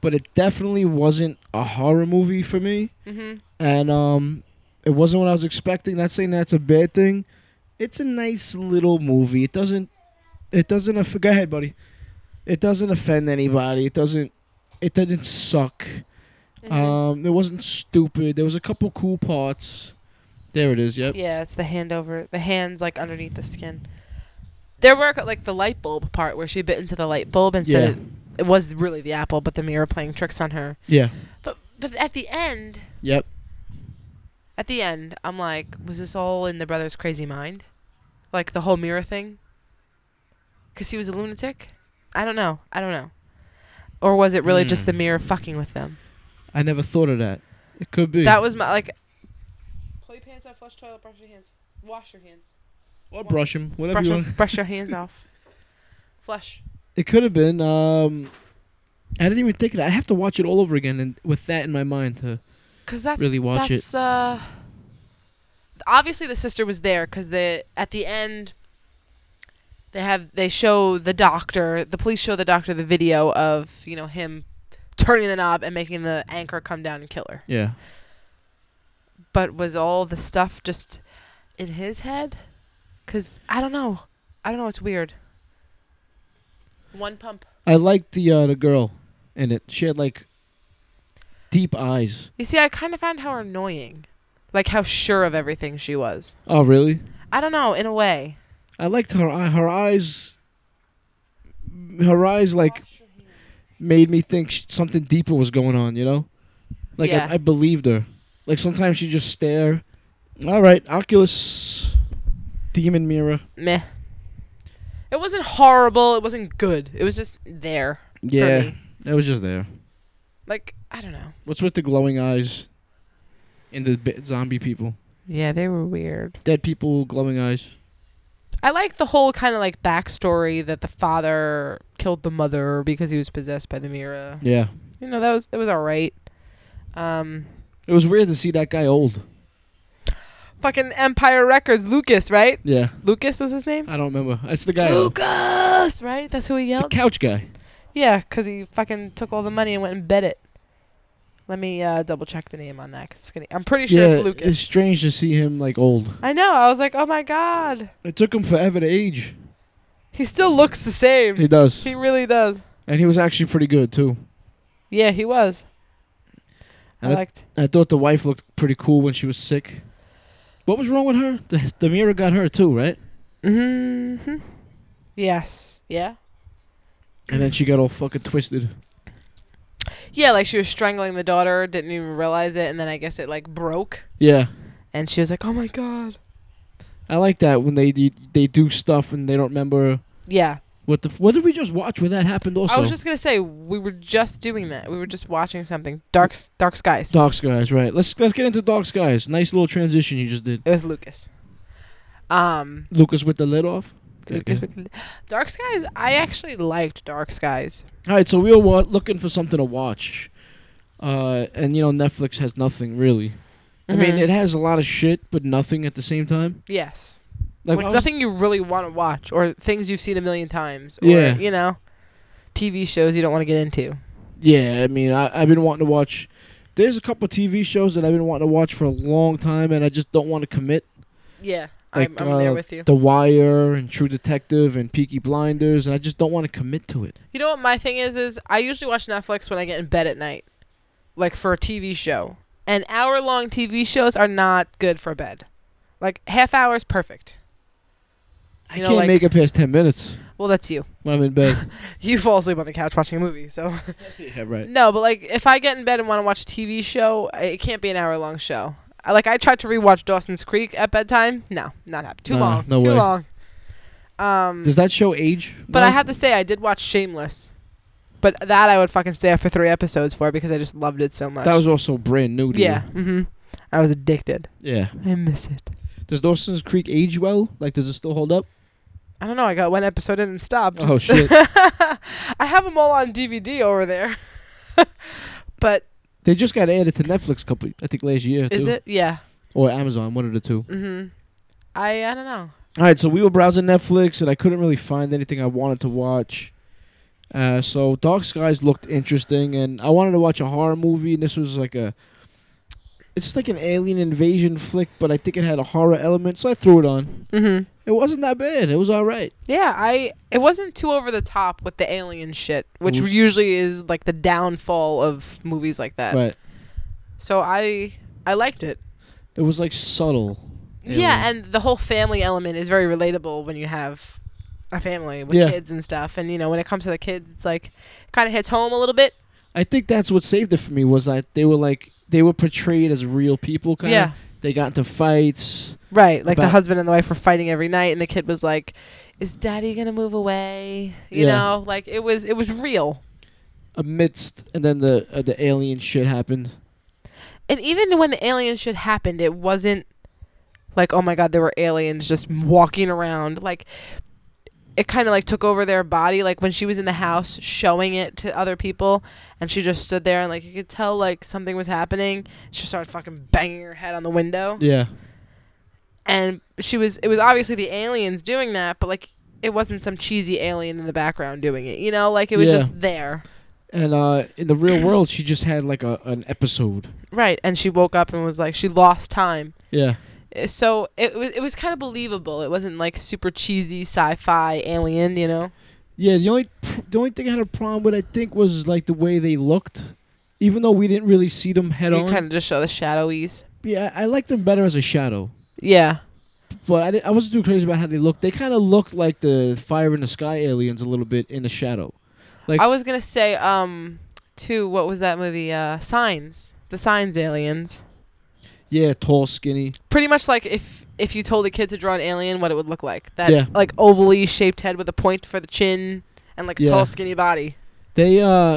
but it definitely wasn't a horror movie for me. Mm-hmm. and um, it wasn't what I was expecting. Not saying that's a bad thing. It's a nice little movie. It doesn't. It doesn't. Aff- Go ahead, buddy. It doesn't offend anybody. It doesn't. It doesn't suck. Mm-hmm. Um, it wasn't stupid. There was a couple cool parts. There it is. Yep. Yeah, it's the hand over the hands like underneath the skin. There were like the light bulb part where she bit into the light bulb and said Yeah. it, it was really the apple, but the mirror playing tricks on her. Yeah. But but at the end, Yep. at the end, I'm like, was this all in the brother's crazy mind? Like the whole mirror thing? Cuz he was a lunatic? I don't know. I don't know. Or was it really Hmm. just the mirror fucking with them? I never thought of that. It could be. That was my like Pull your pants out, flush toilet, brush your hands. Wash your hands. or brush him. Whatever Brush, you your- want. brush your hands off. Flush. It could have been. Um, I didn't even think of that. I have to watch it all over again, and with that in my mind. To, Cause that's Really watch it. that's, Uh, obviously, the sister was there because the at the end they have they show the doctor. The police show the doctor the video of you know him turning the knob and making the anchor come down and kill her. yeah. But was all the stuff just in his head? Cause I don't know. I don't know. It's weird. One pump. I liked the uh, the girl in it. She had like deep eyes. You see, I kind of found her annoying, like how sure of everything she was. Oh, really? I don't know. In a way. I liked her eye. Her eyes. Her eyes like made me think sh- something deeper was going on. You know, like Yeah. I, I believed her. Like sometimes she just stare. All right, Oculus, demon mirror. meh. It wasn't horrible. It wasn't good. It was just there. For me. that was just there. Like I don't know. What's with the glowing eyes? And the b- zombie people, Yeah, they were weird. dead people, glowing eyes. I like the whole kind of like backstory that the father killed the mother because he was possessed by the mirror. Yeah, You know that was it was all right. Um, it was weird to see that guy old. fucking Empire Records, Lucas, right? Yeah. Lucas was his name. I don't remember. It's the guy. Lucas, right? That's who he The yelled. couch guy. Yeah, 'cause he fucking took all the money and went and bet it. Let me uh, double check the name on that. Cause it's gonna, I'm pretty sure it's Lucas. it's strange to see him like old. I know. I was like, oh my god. It took him forever to age. He still looks the same. He does, He really does. and he was actually pretty good too. Yeah, he was. And I it- liked. I thought the wife looked pretty cool when she was sick. What was wrong with her? The, the mirror got her too, right? Mm-hmm. Yes. Yeah. And then she got all fucking twisted. Yeah, like she was strangling the daughter, didn't even realize it, and then I guess it like broke, Yeah. and she was like, "Oh my god." I like that when they do- they do stuff and they don't remember Yeah, what the f- what did we just watch where that happened also. I was just gonna say we were just doing that. We were just watching something. Dark, s- dark skies. Dark Skies, right? Let's let's get into Dark Skies. Nice little transition you just did. It was Lucas. Um, Lucas with the lid off. Okay, Lucas. okay. Wicked- Dark skies. I actually liked dark skies. All right, so we were wa- looking for something to watch, uh, and you know Netflix has nothing really. I mean, Mhm. it has a lot of shit, but nothing at the same time. Yes. Like Like I was- nothing you really want to watch, or things you've seen a million times, or Yeah. you know, TV shows you don't want to get into. Yeah, I mean, I, I've been wanting to watch. There's a couple TV shows that I've been wanting to watch for a long time, and I just don't want to commit. Yeah, Like, I'm, I'm there uh, with you. The Wire and True Detective and Peaky Blinders, and I just don't want to commit to it. You know what my thing is? Is I usually watch Netflix when I get in bed at night, like for a TV show. And hour-long TV shows are not good for bed. Like half hour is perfect. I You know, can't like- make it past ten minutes Well, that's you. when I'm in bed. You fall asleep on the couch watching a movie, so yeah, right. no. But like, if I get in bed and want to watch a TV show, I- it can't be an hour-long show. I, like I tried to rewatch Dawson's Creek at bedtime. No, not happen. Too Nah, long. no too way. long. Um, Does that show age? but No? I have to say I did watch Shameless. But that I would fucking stay up for three episodes for because I just loved it so much. That was also brand new to you. Yeah. Mm-hmm. I was addicted. Yeah. I miss it. Does Dawson's Creek age well? Like, does it still hold up? I don't know. I got one episode in and stopped. Oh shit! I have them all on DVD over there. but they just got added to Netflix. Couple, I think last year. is too. it? Yeah. Or Amazon, one of the two. Mm-hmm. I I don't know. All right, so we were browsing Netflix and I couldn't really find anything I wanted to watch. Uh, so Dark Skies looked interesting, and I wanted to watch a horror movie. And this was like a, it's just like an alien invasion flick, but I think it had a horror element, so I threw it on. Mm-hmm. It wasn't that bad. It was all right. Yeah, I it wasn't too over the top with the alien shit, which Oof. usually is like the downfall of movies like that. Right. So I I liked it. It was like subtle. Yeah, and the whole family element is very relatable when you have a family with Yeah. kids and stuff. And you know, when it comes to the kids, it's like kind of hits home a little bit. I think that's what saved it for me was that they were like they were portrayed as real people. Kind Yeah. of. They got into fights. Right, like the About- husband and the wife were fighting every night, and the kid was like, "Is daddy gonna move away?" You Yeah. know, like it was it was real. Amidst, and then the uh, the alien shit happened. And even when the alien shit happened, it wasn't like, "Oh my god, there were aliens just walking around." Like it kind of like took over their body. Like when she was in the house showing it to other people, and she just stood there and like you could tell like something was happening. She started fucking banging her head on the window. Yeah. and she was it was obviously the aliens doing that but like it wasn't some cheesy alien in the background doing it you know like it was Yeah. just there And uh, in the real world, she just had like a an episode. right and she woke up and was like she lost time Yeah. Uh, so it was it was kind of believable it wasn't like super cheesy sci-fi alien you know Yeah. The only pr- the only thing I had a problem with, I think, was like the way they looked. Even though we didn't really see them head you on. kind of just show the shadowies yeah, I liked them better as a shadow. yeah But I, didn't, I wasn't too crazy about how they looked. They kind of looked like the fire in the sky aliens a little bit in the shadow. Like- i was gonna say um too what was that movie uh signs the signs aliens Yeah, tall, skinny. pretty much like if if you told a kid to draw an alien what it would look like that Yeah. like ovally shaped head with a point for the chin and like a Yeah. tall skinny body They uh,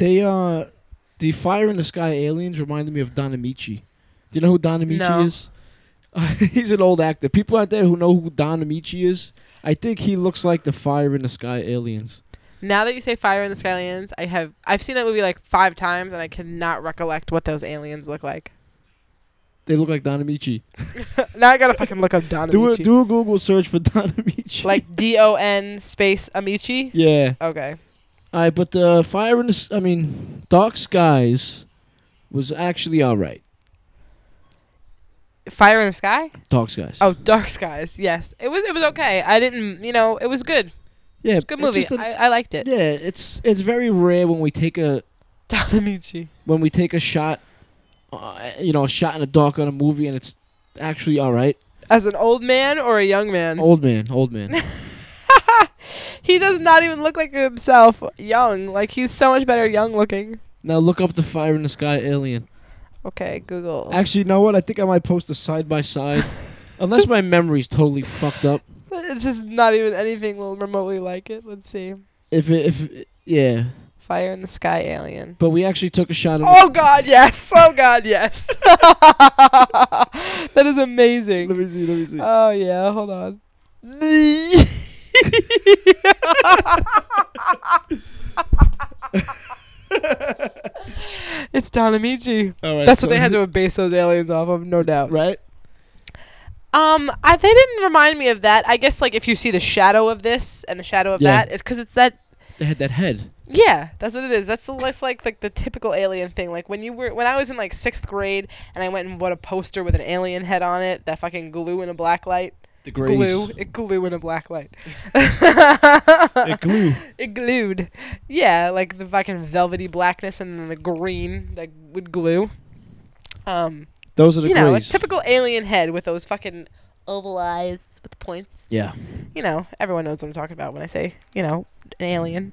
they uh, the fire in the sky aliens reminded me of Don Amici. Do you know who Don Amici No. is? Uh, he's an old actor. People out there who know who Don Amici is, I think he looks like the fire in the sky aliens. now that you say fire in the sky aliens i have i've seen that movie like five times and i cannot recollect what those aliens look like They look like Don Amici. now i gotta fucking look up don Do a Amici. do a Google search for Don Amici. like d-o-n space amici yeah. okay All right, but the fire in the s- I mean, Dark Skies was actually all right. fire in the sky Dark Skies. oh dark skies yes it was it was okay i didn't you know it was good yeah, good it's movie just a- I, I liked it yeah, it's it's very rare when we take a don amici when we take a shot, uh, you know, a shot in the dark on a movie, and it's actually all right. as an old man or a young man Old man, old man. He does not even look like himself young. Like he's so much better young looking. Now look up the fire in the sky alien. Okay, Google. Actually, you know what? I think I might post a side by side, unless my memory's totally fucked up. It's just not even anything remotely like it. Let's see. If it, if yeah, Fire in the Sky Alien. but we actually took a shot. Of Oh God, yes. Oh God, yes. that is amazing. Let me see. Let me see. Oh yeah, hold on. it's Don Amici. All right, That's what so- they had to base those aliens off of, no doubt. right. Um, I, they didn't remind me of that. I guess like if you see the shadow of this and the shadow of Yeah. that, it's because it's that. They had that head. Yeah, that's what it is. That's the less like like the typical alien thing. Like when you were when I was in like sixth grade and I went and bought a poster with an alien head on it, that fucking glue in a black light. The Glue. It glue in a black light. It glue. It glued. Yeah, like the fucking velvety blackness and then the green that would glue. Um, Those are the you know, a grays. typical alien head with those fucking oval eyes with the points. yeah. You know, everyone knows what I'm talking about when I say, you know, an alien.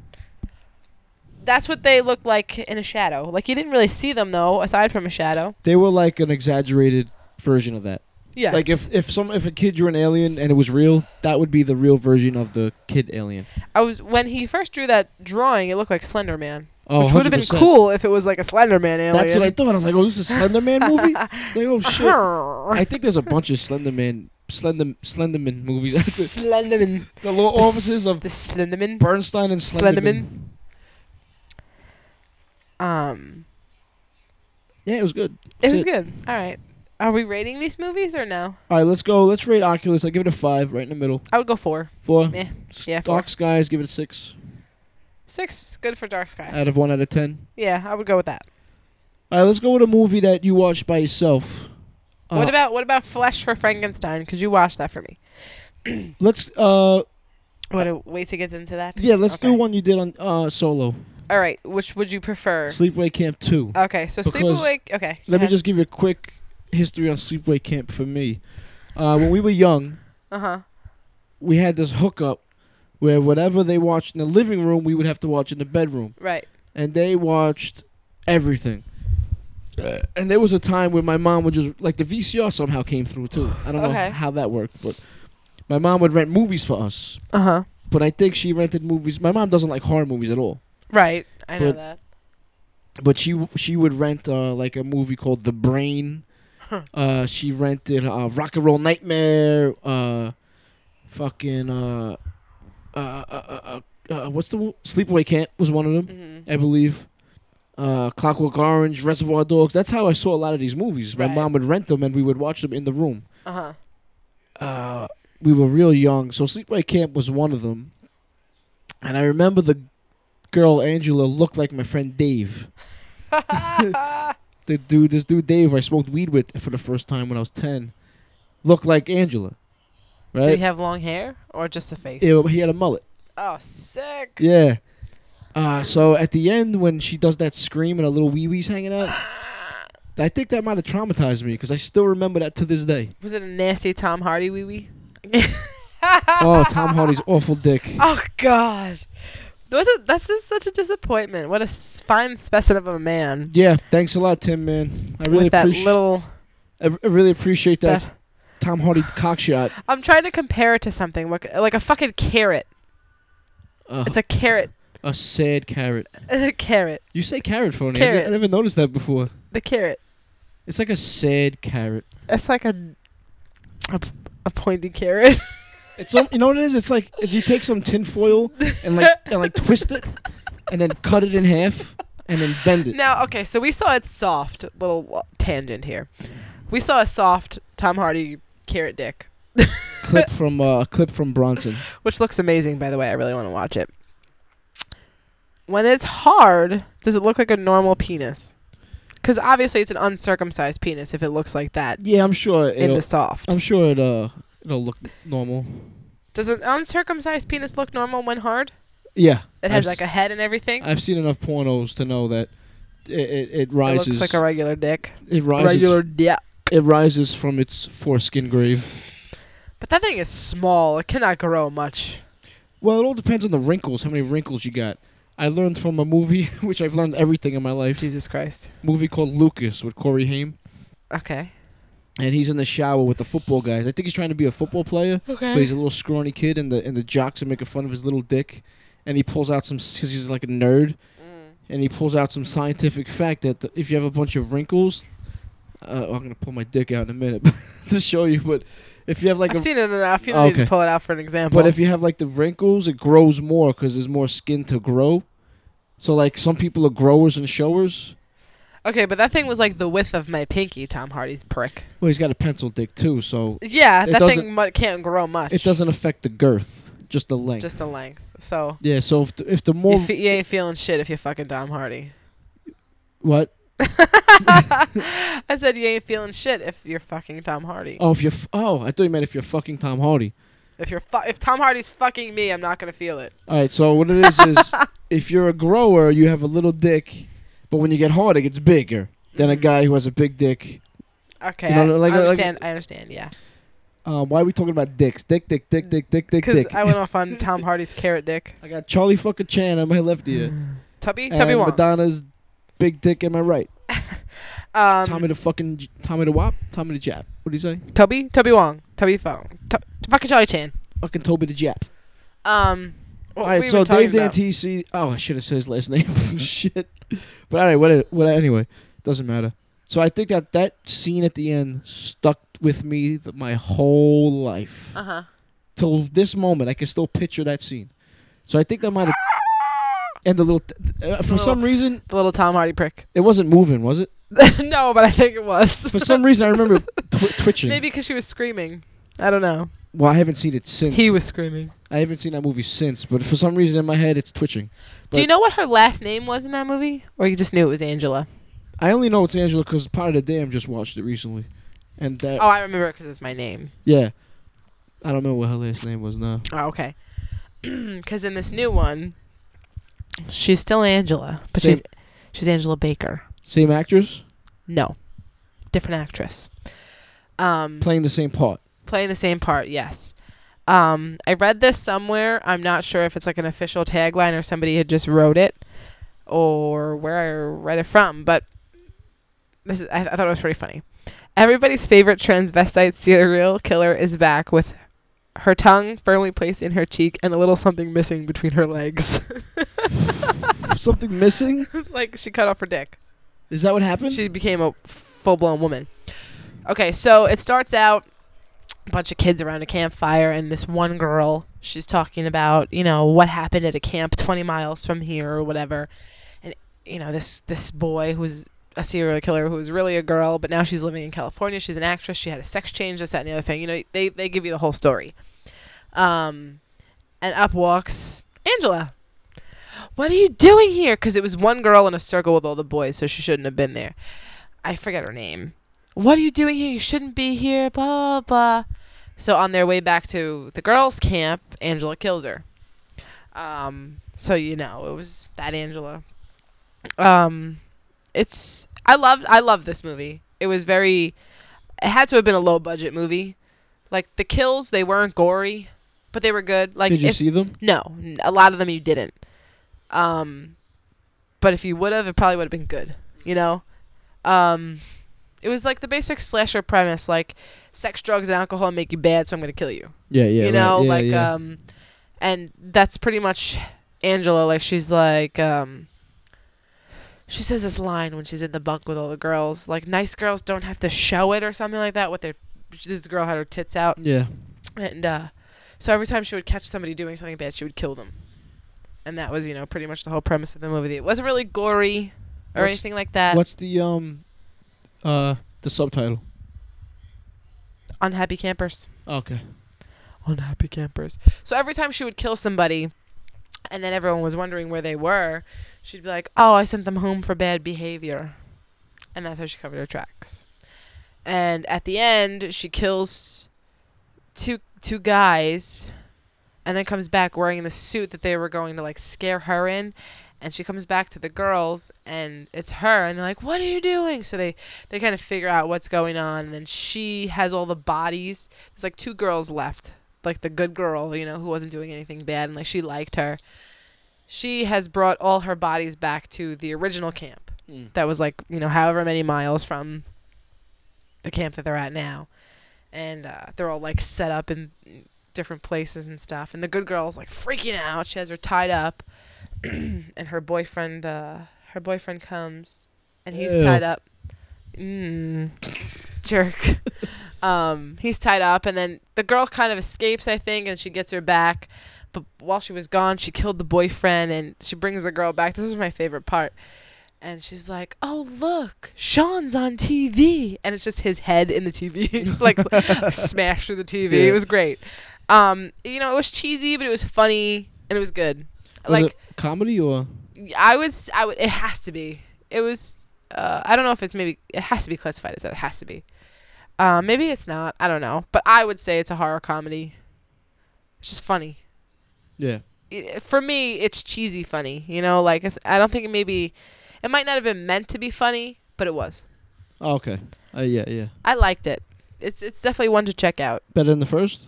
That's what they look like in a shadow. Like you didn't really see them though, aside from a shadow. They were like an exaggerated version of that. Yeah. Like if if some if a kid drew an alien and it was real, that would be the real version of the kid alien. I was when he first drew that drawing, it looked like Slender Man. Oh, which would have been 100%. cool if it was like a Slender Man alien. That's what I thought. I was like, oh, this is a Slender Man movie. like, oh shit. I think there's a bunch of Slender Man, Slender Slenderman movies. That's Slenderman. the, the law s- offices of The Slenderman. Bernstein and Slenderman. Slenderman. Um, Yeah, it was good. it That's was good. All right. Are we rating these movies or no? All right, let's go. Let's rate Oculus. I give it a five, right in the middle. I would go four. Four. Yeah. Yeah. Four. Dark Skies, give it a six Six. is Good for Dark Skies. out of one out of ten. yeah, I would go with that. All right, let's go with a movie that you watched by yourself. Uh, what about what about Flesh for Frankenstein? Could you watch that for me? Let's uh What a way to get into that. yeah, let's do Okay. one you did on uh solo All right. Which would you prefer? Sleepaway Camp two. okay. So because- Sleepaway. Uh, Okay. Let me just give you a quick history on Sleepaway Camp for me. Uh, when we were young, Uh huh. we had this hookup where whatever they watched in the living room, we would have to watch in the bedroom. Right. and they watched everything. Uh, And there was a time where my mom would just like the VCR somehow came through too. I don't Okay. know how that worked, but my mom would rent movies for us. Uh huh. But I think she rented movies. My mom doesn't like horror movies at all, Right. I know But- that. but she she would rent uh, like a movie called The Brain. Uh, she rented uh, Rock and Roll Nightmare. Uh, fucking uh, uh, uh, uh, uh, what's the one? Sleepaway Camp was one of them. hmm I believe. Uh, Clockwork Orange, Reservoir Dogs. That's how I saw a lot of these movies. My Right. mom would rent them and we would watch them in the room. Uh huh. Uh, we were real young, so Sleepaway Camp was one of them. And I remember the girl Angela looked like my friend Dave. the dude, this dude Dave, who I smoked weed with for the first time when I was ten, looked like Angela. Did he Right? have long hair or just the face? Yeah, he had a mullet. Oh, sick. Yeah. Uh, so at the end, when she does that scream and her little wee wee's hanging out, I think that might have traumatized me because I still remember that to this day. Was it a nasty Tom Hardy wee wee? Oh, Tom Hardy's awful dick. Oh God, that's, a, that's just such a disappointment. What a s- fine specimen of a man. Yeah, thanks a lot, Tim. Man, I really with that appreciate. little. I I really appreciate that, That. Tom Hardy cock shot. I'm trying to compare it to something like, like a fucking carrot. Uh, It's a carrot. a sad carrot. A carrot. You say carrot for me. I ne- I Carrot. never noticed that before. The carrot. It's like a sad carrot. It's like a a, a pointy carrot. It's some, you know what it is. It's like if you take some tin foil and like and like twist it, and then cut it in half, and then bend it. now, okay, so we saw a soft little uh, tangent here. We saw a soft Tom Hardy carrot dick, clip from uh, a clip from Bronson. which looks amazing, by the way. I really want to watch it. When it's hard, does it look like a normal penis? Because obviously it's an uncircumcised penis if it looks like that Yeah, I'm sure. It'll, in the soft. I'm sure it uh it'll look normal. Does an uncircumcised penis look normal when hard? Yeah, It has like a head and everything. I've seen enough pornos to know that it it, it rises. It looks like a regular dick. it rises. regular dick. It rises from its foreskin grave. But that thing is small. It cannot grow much. Well, it all depends on the wrinkles, how many wrinkles you got. I learned from a movie, which I've learned everything in my life. Jesus Christ. movie called Lucas with Corey Haim, Okay. and he's in the shower with the football guys. I think he's trying to be a football player, but he's a little scrawny kid, and the and the jocks are making fun of his little dick, and he pulls out some because he's like a nerd, and he pulls out some scientific fact that the, if you have a bunch of wrinkles, uh, I'm gonna pull my dick out in a minute to show you, but if you have like I've a seen it enough. You don't need Okay. to pull it out for an example. but if you have like the wrinkles, it grows more because there's more skin to grow. So like some people are growers and showers. okay, but that thing was like the width of my pinky, Tom Hardy's prick. Well, he's got a pencil dick too, so Yeah, It that doesn't- thing mu- can't grow much. it doesn't affect the girth, just the length. Just the length. So yeah. So if the, if the you, more fe- you ain't feeling shit if you're fucking Tom Hardy. what I said you ain't feeling shit if you're fucking Tom Hardy. oh if you f- oh I thought you meant if you're fucking Tom Hardy. If you're fu- if Tom Hardy's fucking me, I'm not gonna feel it. All right. So what it is is if you're a grower, you have a little dick, but when you get hard, it gets bigger than Mm-hmm. a guy who has a big dick. Okay, You know, I, like- I like- understand. I understand. Yeah, Um, why are we talking about dicks? Dick, dick, dick, dick, dick, dick, because dick. I went off on Tom Hardy's carrot dick, I got Charlie fucking Chan on my left ear. Tubby, and Tubby Wong. Madonna's big dick in my right. um, Tommy the fucking J- Tommy the Wop, Tommy the Jap. What do you say? Tubby, Tubby Wong, Tubby Phone, Tu- fucking Charlie Chan. Fucking Toby the Jap. Um, what all right, we so were talking Dave about. Dantisi. Oh, I should have said his last name. Shit. But all right, what? What? Anyway, doesn't matter. So I think that that scene at the end stuck with me th- my whole life Uh huh. till this moment. I can still picture that scene. So I think that might have. And the little, t- uh, for some reason, The little Tom Hardy prick. it wasn't moving, was it? no, but I think it was. For some reason, I remember tw- twitching. Maybe because she was screaming. I don't know. Well, I haven't seen it since. He was screaming. I haven't seen that movie since, but for some reason in my head it's twitching. Do you But- know what her last name was in that movie, or you just knew it was Angela? I only know it's Angela because part of the damn just watched it recently, and that Oh, I remember it because it's my name. yeah, I don't know what her last name was now. Oh, okay. Because in this new one, she's still Angela, but Same- she's she's Angela Baker. Same actress No, different actress. Um, playing the same part. playing the same part. Yes. Um, I read this somewhere. I'm not sure if it's like an official tagline or somebody had just wrote it, or where I read it from. But this is, I, I thought it was pretty funny. Everybody's favorite transvestite serial killer is back with her tongue firmly placed in her cheek and a little something missing between her legs, Something missing? like she cut off her dick. Is that what happened? She became a full blown woman. Okay, so it starts out a bunch of kids around a campfire, and this one girl, she's talking about, you know, what happened at a camp 20 miles from here or whatever. And, you know, this, this boy who's a serial killer who was really a girl, but now she's living in California. She's an actress. She had a sex change, this, that, and the other thing. You know, they, they give you the whole story. Um, and up walks Angela. What are you doing here? Because it was one girl in a circle with all the boys, so she shouldn't have been there. I forget her name. What are you doing here? You shouldn't be here. Blah blah. blah. So on their way back to the girls' camp, Angela kills her. Um, so you know it was that Angela. Um, it's I loved I loved this movie. It was very. It had to have been a low budget movie. Like the kills, they weren't gory, but they were good. Like Did you if- see them? no, n- a lot of them you didn't. Um, but if you would have, it probably would have been good. You know, um, it was like the basic slasher premise, like sex, drugs, and alcohol make you bad, so I'm gonna kill you. Yeah, yeah. you know, right. yeah, like yeah. um, and that's pretty much Angela. Like she's like um. She says this line when she's in the bunk with all the girls, like nice girls don't have to show it or something like that. With their, this girl had her tits out, yeah. and uh, so every time she would catch somebody doing something bad, she would kill them. And that was, you know, pretty much the whole premise of the movie. It wasn't really gory or What's- anything like that. What's the um, uh, the subtitle? Unhappy campers. Okay. Unhappy campers. So every time she would kill somebody, and then everyone was wondering where they were, she'd be like, "Oh, I sent them home for bad behavior," and that's how she covered her tracks. And at the end, she kills two two guys, and then comes back wearing the suit that they were going to like scare her in. And she comes back to the girls, and it's her, and they're like, "What are you doing?" So they they kind of figure out what's going on, and then she has all the bodies. There's like two girls left like the good girl, you know, who wasn't doing anything bad and like she liked her. She has brought all her bodies back to the original camp that was like, you know, however many miles from the camp that they're at now. And uh, they're all like set up in different places and stuff. And the good girl's like freaking out. She has her tied up. and her boyfriend, uh, her boyfriend comes and he's Ew. tied up. Mm, jerk. um, he's tied up, and then the girl kind of escapes, I think, and she gets her back. But while she was gone, she killed the boyfriend, and she brings the girl back. This is my favorite part. And she's like, "Oh look, Sean's on TV," and it's just his head in the TV, like smashed through the TV. Yeah. It was great. Um, you know, it was cheesy, but it was funny and it was good. Was like it comedy or I would. s- I would. It has to be. It was. Uh, I don't know if it's maybe. It has to be classified as that. It has to be. Uh, maybe it's not. I don't know. But I would say it's a horror comedy. It's just funny. yeah. I for me, it's cheesy funny. You know, like it's, I don't think it maybe. It might not have been meant to be funny, but it was. Oh, okay. Uh, yeah, yeah. I liked it. It's it's definitely one to check out. Better than the first?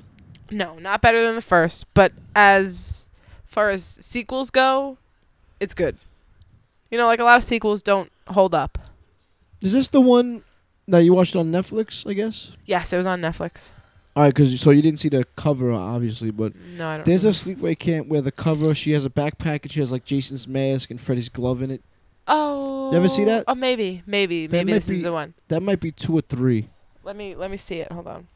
No, not better than the first, but as far as sequels go, it's good. You know, like a lot of sequels don't hold up. Is this the one that you watched on Netflix, I guess? Yes, it was on Netflix. All right, cuz so you didn't see the cover obviously, but No, I don't. there's a remember. sleepaway camp where the cover she has a backpack and she has like Jason's mask and Freddy's glove in it. Oh. You ever see that? Oh, maybe, maybe, That maybe might this be- is the one. That might be 2 or 3. Let me let me see it. Hold on.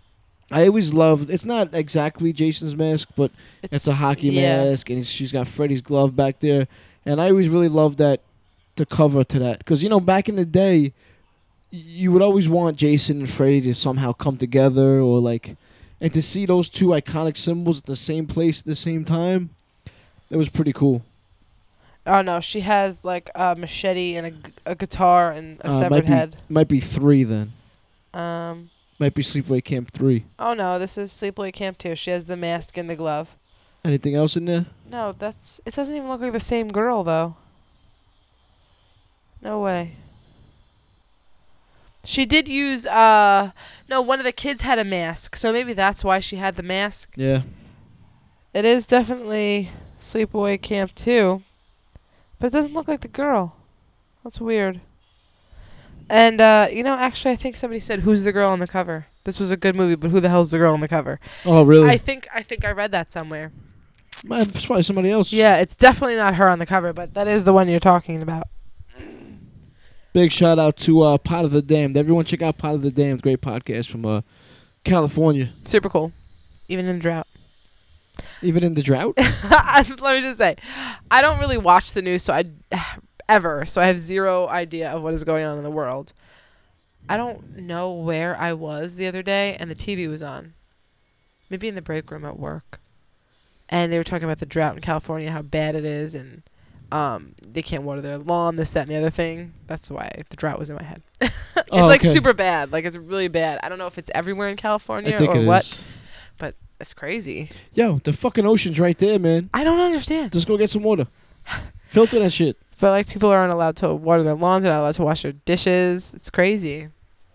I always loved. It's not exactly Jason's mask, but it's, a hockey yeah. mask, and she's got Freddy's glove back there. And I always really loved that the cover to that because you know back in the day, you would always want Jason and Freddy to somehow come together or like, and to see those two iconic symbols at the same place at the same time, that was pretty cool. Oh no, she has like a machete and a, gu- a guitar and a Uh, it might severed be head. might be three then. Um. Might be Sleepaway Camp three. Oh no, this is Sleepaway Camp 2. She has the mask and the glove. Anything else in there? No, that's. It doesn't even look like the same girl though. No way. She did use uh no, one of the kids had a mask, so maybe that's why she had the mask. Yeah. It is definitely Sleepaway Camp 2, but it doesn't look like the girl. That's weird. And, uh, you know, actually, I think somebody said, Who's the girl on the cover? This was a good movie, but who the hell's the girl on the cover? Oh really? I think I think I read that somewhere. Might- it's probably somebody else. Yeah, it's definitely not her on the cover, but that is the one you're talking about. Big shout out to uh, Pot of the Damned. Everyone check out Pot of the Damned. Great podcast from uh, California. Super cool, even in drought. Even in the drought. Let me just say, I don't really watch the news, so I ever, so I have zero idea of what is going on in the world. I don't know where I was the other day, and the TV was on, maybe in the break room at work, and they were talking about the drought in California, how bad it is, and um, they can't water their lawn, this, that, and the other thing. That's why the drought was in my head. it's Oh, like okay. super bad, like it's really bad. I don't know if it's everywhere in California I think or it is. what. It's crazy. Yo, the fucking ocean's right there, man. I don't understand. Just go get some water. Filter that shit. But like people aren't allowed to water their lawns, they're not allowed to wash their dishes. It's crazy.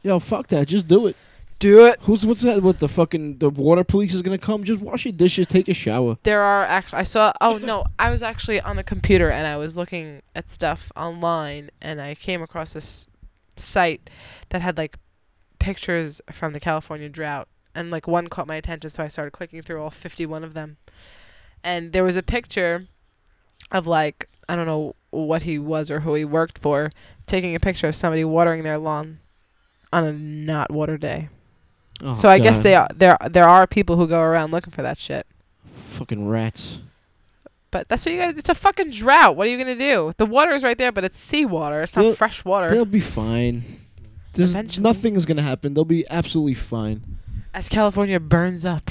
Yo, fuck that. Just do it. Do it. Who's what's that? What the fucking the water police is gonna come? Just wash your dishes, take a shower. There are actually I saw oh no, I was actually on the computer and I was looking at stuff online and I came across this site that had like pictures from the California drought and like one caught my attention so I started clicking through all 51 of them. And there was a picture of like I don't know what he was or who he worked for taking a picture of somebody watering their lawn on a not water day. Oh, so I guess God. they are, there there are people who go around looking for that shit. fucking rats. But that's what you got. It's a fucking drought. What are you gonna do? The water is right there, but it's seawater. It's They'll- not fresh water. They'll be fine. There's Eventually. nothing is gonna happen. They'll be absolutely fine. As California burns up,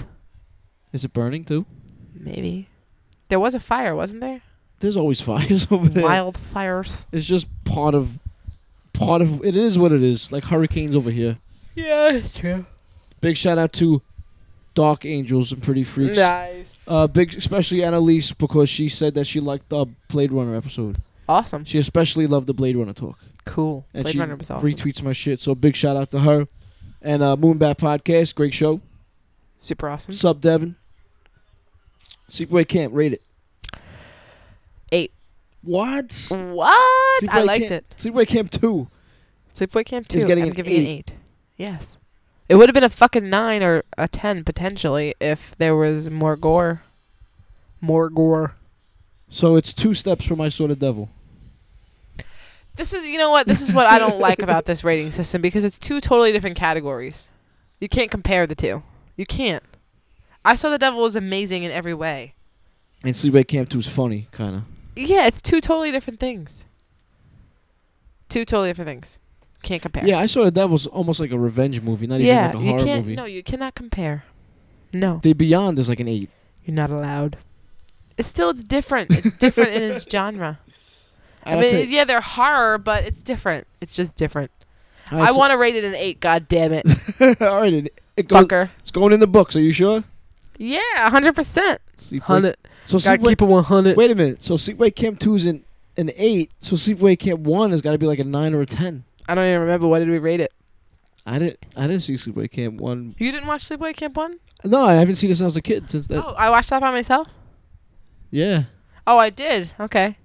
Is it burning too? maybe there was a fire, wasn't there? There's always fires over there. Wildfires. It's just part of part of it is what it is. Like hurricanes over here. Yeah, it's true. Big shout out to Dark Angels and Pretty Freaks. Nice. Uh, big, especially Annalise because she said that she liked the Blade Runner episode. awesome. She especially loved the Blade Runner talk, Cool. and Blade she Runner was awesome. retweets my shit. So big shout out to her, and uh, Moonbat Podcast, great show. Super awesome. What's up, Devin? Sleepaway Camp, rate it. Eight. What? What? I Sleepaway liked Camp, it. Sleepaway Camp 2. Sleepaway Camp Two. It's getting I'm an giving it an eight. Yes. It would have been a fucking nine or a ten potentially if there was more gore. More gore. So it's two steps from My Sort of Devil. This is you know what this is what I don't like about this rating system because it's two totally different categories. You can't compare the two. You can't. I saw the devil was amazing in every way. And Sleepaway Camp 2 is funny, kind of. Yeah, it's two totally different things. Two totally different things. Can't compare. Yeah, I saw the devil's almost like a revenge movie, not yeah. even like a you horror can't. movie. No, you cannot compare. No, The Beyond is like an eight. you're not allowed. It's still it's different. It's different in its genre. I I'd mean, say- yeah, they're horror, but it's different. It's just different. I'd I say- want to rate it an eight. God damn it, All right, it, it goes, fucker. it's going in the books. Are you sure? Yeah, hundred percent. Sleepaway- Hundred. So Gotta Sleepaway, keep it one hundred. wait a minute. So Sleepaway Camp two is an an eight. So Sleepaway Camp one has got to be like a nine or a ten. I don't even remember what did we rate it. I didn't I didn't see Sleepaway Camp one. You didn't watch Sleepaway Camp one? No, I haven't seen it since I was a kid. Since that, oh, I watched that by myself. yeah. Oh, I did. Okay.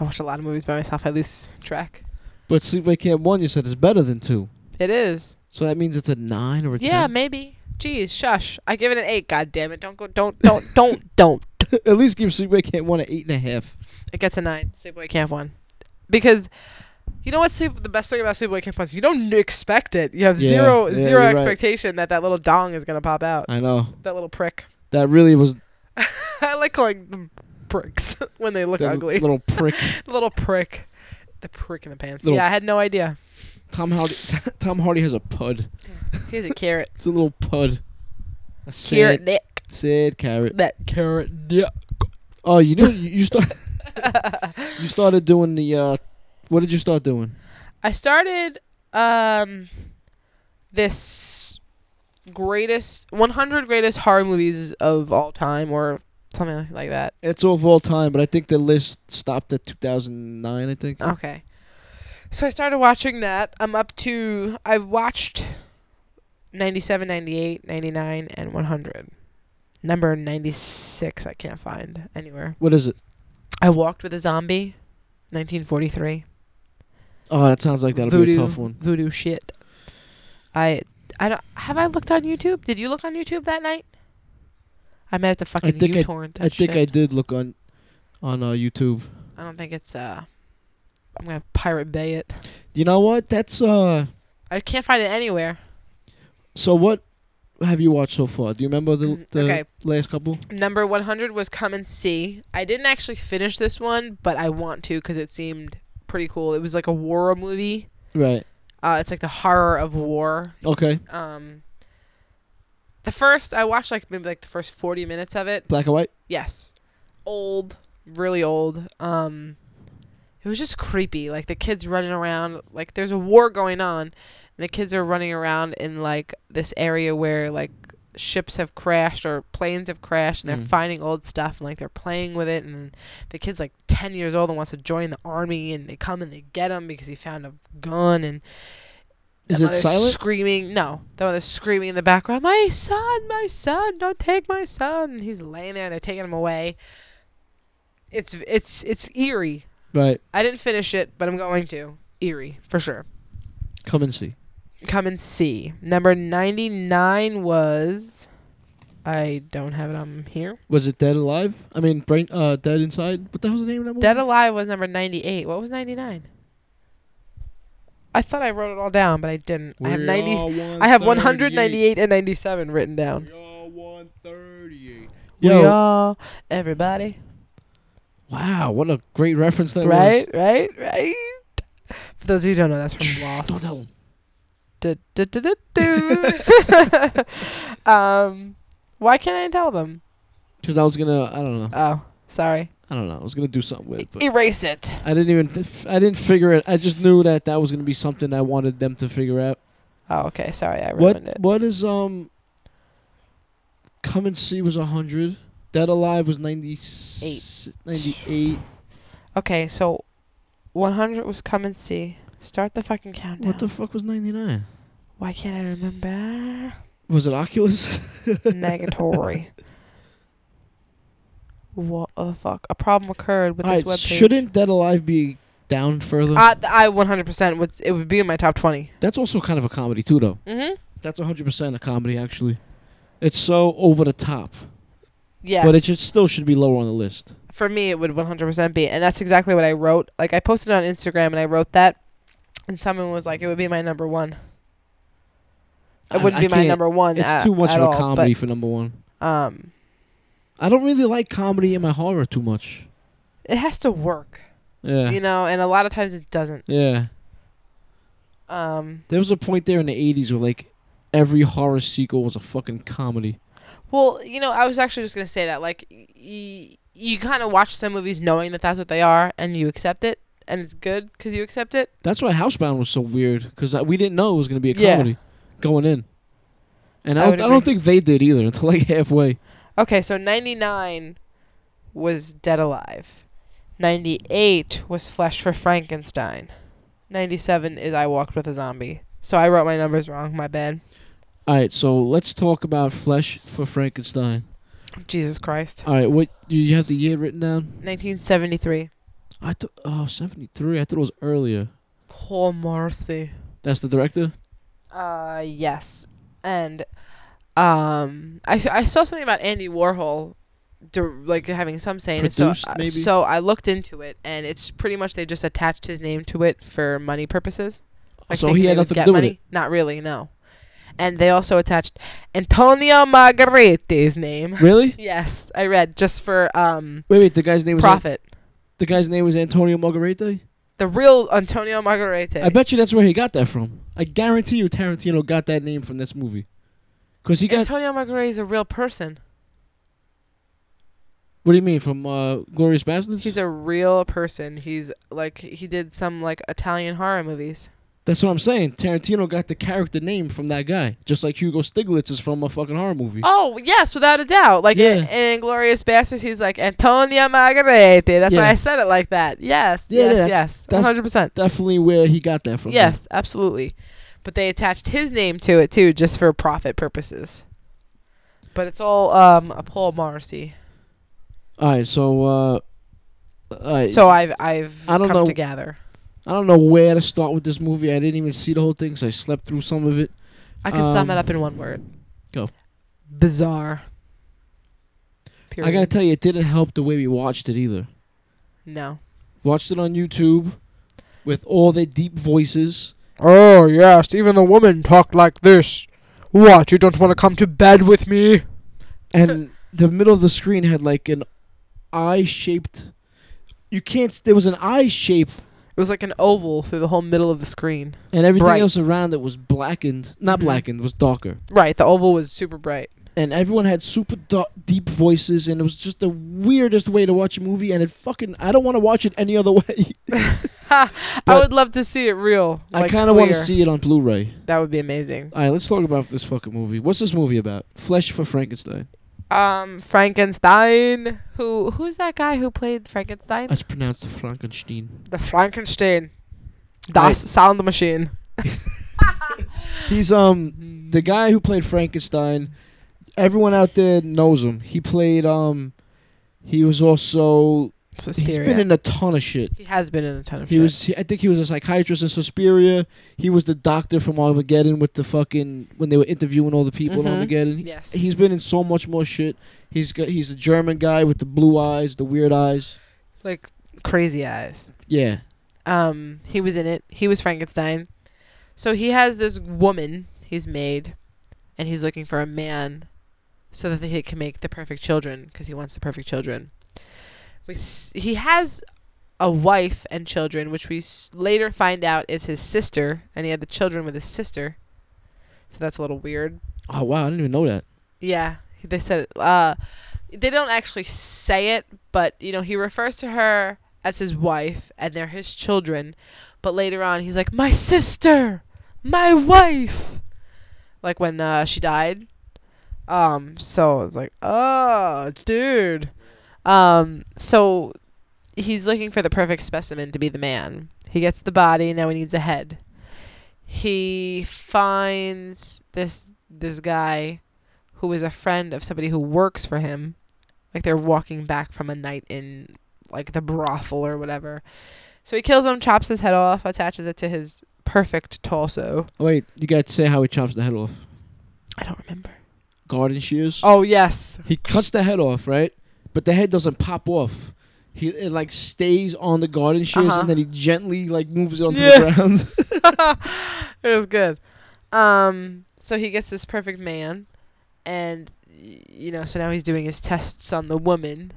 I watch a lot of movies by myself. I lose track. But Sleepaway Camp one, you said is better than two. It is. So that means it's a nine or a Yeah, ten. maybe. Geez, shush. I give it an eight. God damn it! Don't go. Don't. Don't. don't. Don't. At least give Sleepaway Camp one an eight and a half. It gets a nine. Sleepaway Camp one, because you know what's sleep, the best thing about Sleepaway Camp one is you don't expect it. You have Yeah, zero zero yeah, you're right. expectation that that little dong is gonna pop out. I know that little prick. that really was I like calling them pricks when they look that ugly. little prick. little prick. The prick in the pants. Little- yeah, I had no idea. Tom Hardy. Tom Hardy has a pud. Here's a carrot. It's a little pud. A sad, Carrot Nick. sad carrot. That carrot Nick. Oh, you knew you, you start. you started doing the. uh What did you start doing? I started um this greatest 100 greatest horror movies of all time or something like that. It's of all time, but I think the list stopped at 2009. I think. Okay. So I started watching that. I'm up to I've watched 97, 98, 99 and 100. Number 96 I can't find anywhere. What is it? I walked with a zombie 1943. Oh, that sounds like that'll voodoo, be a tough one. Voodoo shit. I I don't have I looked on YouTube. Did you look on YouTube that night? I met at the fucking think I- uTorrent. I think I did look on, on uh, YouTube. I. I don't think it's uh. I'm gonna pirate bay it. You know what? That's uh. I can't find it anywhere. So what have you watched so far? Do you remember the, Mm, the okay. last couple? Number 100 was Come and See. I didn't actually finish this one, but I want to because it seemed pretty cool. It was like a war movie. Right. Uh, it's like the horror of war. Okay. um the first I watched like maybe like the first 40 minutes of it. Black and white. Yes. Old, really old. Um it was just creepy. Like the kids running around like there's a war going on and the kids are running around in like this area where like ships have crashed or planes have crashed and they're Mm. finding old stuff and like they're playing with it and the kid's like 10 years old and wants to join the army and they come and they get him because he found a gun and Is the it mother's silent? Screaming, no. The mother's screaming in the background, "My son, my son, don't take my son!" And he's laying there. They're taking him away. It's it's it's eerie. Right. I didn't finish it, but I'm going to. Eerie for sure. Come and see. Come and see. Number ninety nine was. I don't have it on here. Was it Dead Alive? I mean, brain, uh, Dead Inside. What the hell's the name of that movie? Dead Alive was number ninety eight. What was ninety nine? I thought I wrote it all down, but I didn't. I have ninety. I have one hundred ninety eight and ninety seven written down. we Yo, all, everybody. wow, what a great reference that Right, right, right. For those of you who don't know, that's from Lost. was. Right. Du- du- du- du- du. um, why can't I tell them? Because I was gonna, I don't know, Oh, sorry. I don't know, I was gonna do something with it, but Erase it. I didn't even, f- I didn't figure it. I just knew that that was gonna be something I wanted them to figure out. Oh, okay. Sorry, I ruined What, it. what is um? Come and see was hundred. Dead Alive was 96, 98. Okay, so 100 was come and see. Start the fucking countdown. What the fuck was ninety nine? why can't I remember? Was it Oculus? Negatory. What the fuck? A problem occurred with All this right, webpage. shouldn't Dead Alive be down further? I, I 100% would. It would be in my top 20. That's also kind of a comedy too, though. Mm-hmm. That's 100% a comedy actually. It's so over the top, Yes. but it should still should be lower on the list. for me it would 100% be and that's exactly what i wrote like i posted on instagram and i wrote that and someone was like it would be my number one I- it wouldn't I be my can't- number one It's at- too much at of a all, comedy for number one. but, um I don't really like comedy in my horror too much. it has to work Yeah, you know and a lot of times it doesn't yeah. um There was a point there in the 80s where like every horror sequel was a fucking comedy. well you know i was actually just going to say that like y- y- you kind of watch some movies knowing that that's what they are and you accept it and it's good because you accept it That's why Housebound was so weird because we didn't know it was gonna be a Yeah. comedy going in, and I, I don't- would I don't agree. think they did either until like halfway. Okay, so 99 was Dead Alive. 98 was Flesh for Frankenstein. 97 is I Walked with a Zombie. So I wrote my numbers wrong, my bad. All right, so let's talk about Flesh for Frankenstein. Jesus Christ. All right, what you- you have the year written down? 1973. I thought oh 73. I thought it was earlier. Paul Morrissey. That's the director. Uh, yes. And um, I, s- I saw something about Andy Warhol, dir- like having some say in it. So, Produced, I- maybe? so I looked into it, and it's pretty much they just attached his name to it for money purposes. So thinking he they had would nothing to get do with money? it? Not really, no. And they also attached Antonio Margheriti's name. Really? yes, I read just for um Wait, wait. The guy's name was An- profit. the guy's name was Antonio Margarete. The real Antonio Margheriti. I bet you that's where he got that from. I guarantee you, Tarantino got that name from this movie. Cause he got. Antonio Margheriti is a real person. what do you mean from uh, Glorious Bastards? He's a real person. He's like he did some like Italian horror movies. that's what I'm saying. Tarantino got the character name from that guy, just like Hugo Stiglitz is from a fucking horror movie. Oh yes, without a doubt. Like in, Yeah. in Glorious Bastards, he's like Antonio Margheriti. That's why Yeah. I said it like that. Yes, Yeah, yeah, yes, that's- yes, that's- one hundred percent. Definitely where he got that from. Yes, absolutely. But they attached his name to it too, just for profit purposes. But it's all um a Paul Morrissey. All right. So. Uh, all right. So I've I've I don't come know. to gather. I don't know where to start with this movie. I didn't even see the whole thing, so I slept through some of it. I can sum Um, it up in one word. go. Bizarre. Period. I gotta tell you, it didn't help the way we watched it either. no. Watched it on YouTube with all their deep voices. Oh yes, even the woman talked like this. What? You don't want to come to bed with me? and the middle of the screen had like an eye shaped you can't s- there was an eye shape It was like an oval through the whole middle of the screen. and everything Bright. else around it was blackened not Mhm. blackened was darker Right. The oval was super bright. Mm-hmm. and everyone had super da- deep voices and it was just the weirdest way to watch a movie and it fucking i don't want to watch it any other way I But- would love to see it real. i like kind of want to clear. see it on blu-ray That would be amazing. all right let's talk about this fucking movie what's this movie about flesh for frankenstein um Frankenstein. Who who's that guy who played Frankenstein? that's pronounced frankenstein the Frankenstein. Das Right. Sound Machine. he's um the guy who played Frankenstein, everyone out there knows him. He played um he was also he's Suspiria. been in a ton of shit. he has been in a ton of He shit. was he, I think he was a psychiatrist in Suspiria. He was the doctor from Armageddon with the fucking when they were interviewing all the people Mhm. in Armageddon. He- Yes. He's been in so much more shit. He's got he's a German guy with the blue eyes, the weird eyes. like crazy eyes. Yeah. Um he was in it. He was Frankenstein. So he has this woman he's made and he's looking for a man so that he can make the perfect children because he wants the perfect children. We s- he has a wife and children, which we s- later find out is his sister, and he had the children with his sister. So that's a little weird. Oh wow, I didn't even know that. Yeah, he- they said it. Uh, they don't actually say it, but you know he refers to her as his wife, and they're his children. But later on, he's like, "My sister, my wife," like when uh, she died. Um, so it's like, oh, dude. Um, so he's looking for the perfect specimen to be the man. He gets the body. Now he needs a head. He finds this this guy who is a friend of somebody who works for him Like they're walking back from a night in like the brothel or whatever. So he kills him, chops his head off, attaches it to his perfect torso. Oh, wait, you got to say how he chops the head off. I don't remember. Garden shears. Oh yes. He cuts the head off, right? But the head doesn't pop off. He it like stays on the garden shears Uh-huh. and then he gently like moves it onto the Yeah. ground. it was good. Um, so he gets this perfect man, and y- you know, so now he's doing his tests on the woman,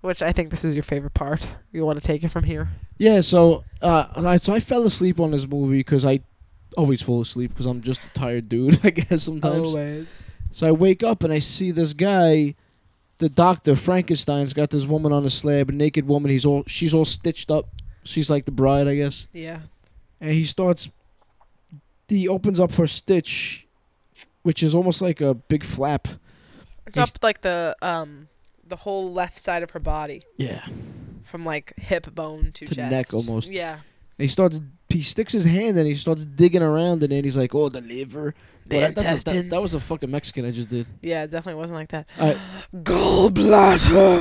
which I think this is your favorite part. You want to take it from here? yeah, so uh, and I, so I fell asleep on this movie because I always fall asleep because I'm just a tired dude, I guess sometimes. Oh, So I wake up and I see this guy, the doctor Frankenstein's got this woman on a slab, a naked woman. He's all she's all stitched up. She's like the bride, I guess. Yeah. and he starts he opens up her stitch which is almost like a big flap It's He's- up like the um the whole left side of her body, yeah from like hip bone to, To chest. neck almost. Yeah. he starts he sticks his hand and he starts digging around and then he's like oh the liver The Well, that, that's a- that- intestines. that, was a fucking mexican i just did Yeah, it definitely wasn't like that. Alright. Gallbladder.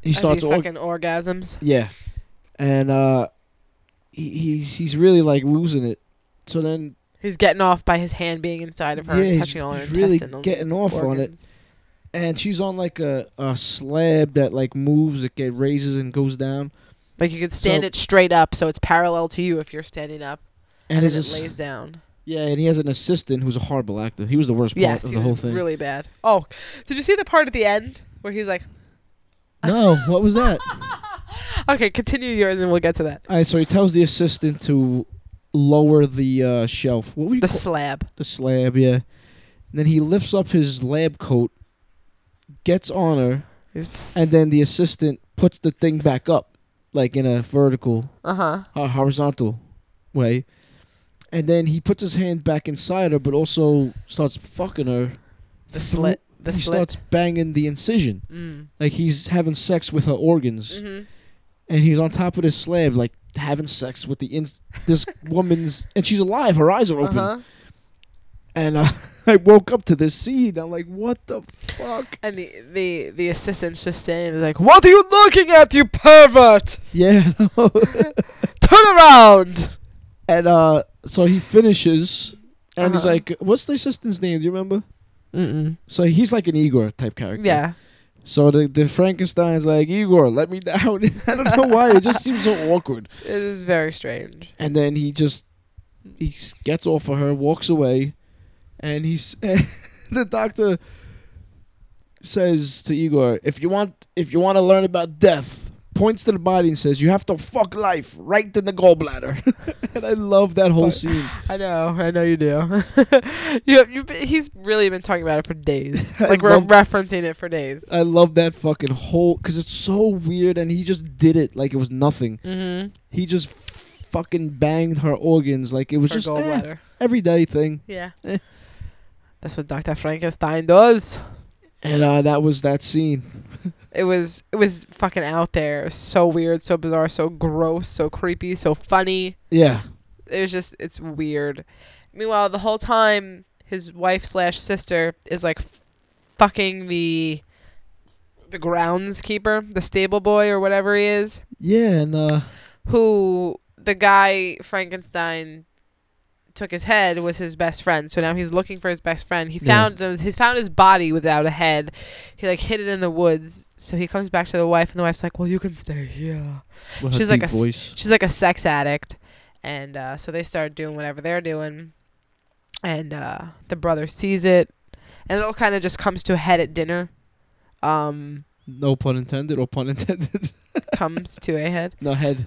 he starts org- fucking orgasms. yeah and uh he, he's he's really like losing it so then He's getting off by his hand being inside of her yeah and he's, touching all her he's really intestinal getting off on it organs. and she's on like a, a slab that like moves it get raises and goes down Like you could stand So- it straight up, so it's parallel to you if you're standing up, and, and, his then ass- it lays down. Yeah, and he has an assistant who's a horrible actor. He was the worst part Yes, of he the whole was thing. really bad. Oh, did you see the part at the end where he's like, no, what was that? "Okay, continue yours, and we'll get to that." All right, so he tells the assistant to lower the uh, shelf. What were you The call- slab. the slab? Yeah. And then he lifts up his lab coat, gets on her, He's and then the assistant puts the thing back up, like in a vertical, uh huh. uh, horizontal way. And then he puts his hand back inside her, but also starts fucking her. The through- slit. The he slit. starts banging the incision. Mm. Like he's having sex with her organs, hmm and he's on top of this slab, like having sex with the ins- this woman's, and she's alive. Her eyes are Uh open, huh. and uh, I woke up to this scene. I'm like, what the fuck? And the, the the assistant's just standing there like, "What are you looking at, you pervert? Yeah. no. Turn around!" and uh, so he finishes, and he's Uh-huh. like, what's the assistant's name? Do you remember? Mm-mm. So he's like an Igor type character. Yeah. So the, the Frankenstein's like, Igor, let me down. I don't know why. It just seems so awkward. It is very strange. and then he just he s- gets off of her, walks away, and he's the doctor says to Igor, "If you want, if you want to learn about death." Points to the body and says, "You have to fuck life right in the gallbladder," and I love that whole But- scene. I know, I know you do. you have, you've been, he's really been talking about it for days. I Like we're love- referencing it for days. I love that fucking whole because it's so weird, and he just did it like it was nothing. Mm-hmm. He just fucking banged her organs like it was For just eh, gallbladder. everyday thing. Yeah. Eh. That's what Dr. Frankenstein does. And uh, that was that scene. It was it was fucking out there. It was so weird, so bizarre, so gross, so creepy, so funny. Yeah, It was just it's weird. Meanwhile, the whole time his wife slash sister is like f- fucking the the groundskeeper, the stable boy or whatever he is. yeah, and uh, who the guy Frankenstein took his head was his best friend. So now he's looking for his best friend. He Yeah. found his he's found his body without a head. He like hid it in the woods. So he comes back to the wife and the wife's like, "Well, you can stay here." With She's her like deep a s- voice. She's like a sex addict. And uh, so they start doing whatever they're doing. And uh, the brother sees it. And it all kind of just comes to a head at dinner. Um, No pun intended or pun intended. comes to a head. no head.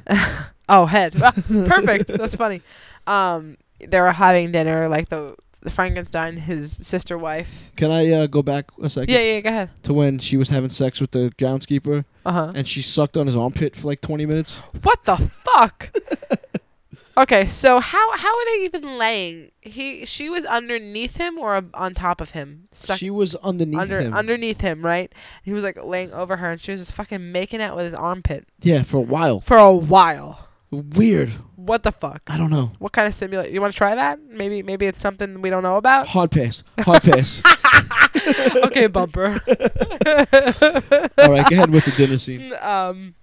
Oh, head. Ah, Perfect. That's funny. Um, they were having dinner, like the, the Frankenstein, his sister wife. Can I uh, go back a second Yeah, yeah, go ahead. to when she was having sex with the groundskeeper Uh huh. and she sucked on his armpit for like 20 minutes? What the fuck? okay, so how how are they even laying? He she was underneath him or ab- on top of him? Suck- she was underneath under him. underneath him, right? He was like laying over her, and she was just fucking making out with his armpit yeah, for a while. for a while. Weird. What the fuck? I don't know. What kind of simulate? You want to try that? Maybe maybe it's something we don't know about. Hard pass. Hard pass. okay, bumper. All right, go ahead with the dinner scene. um,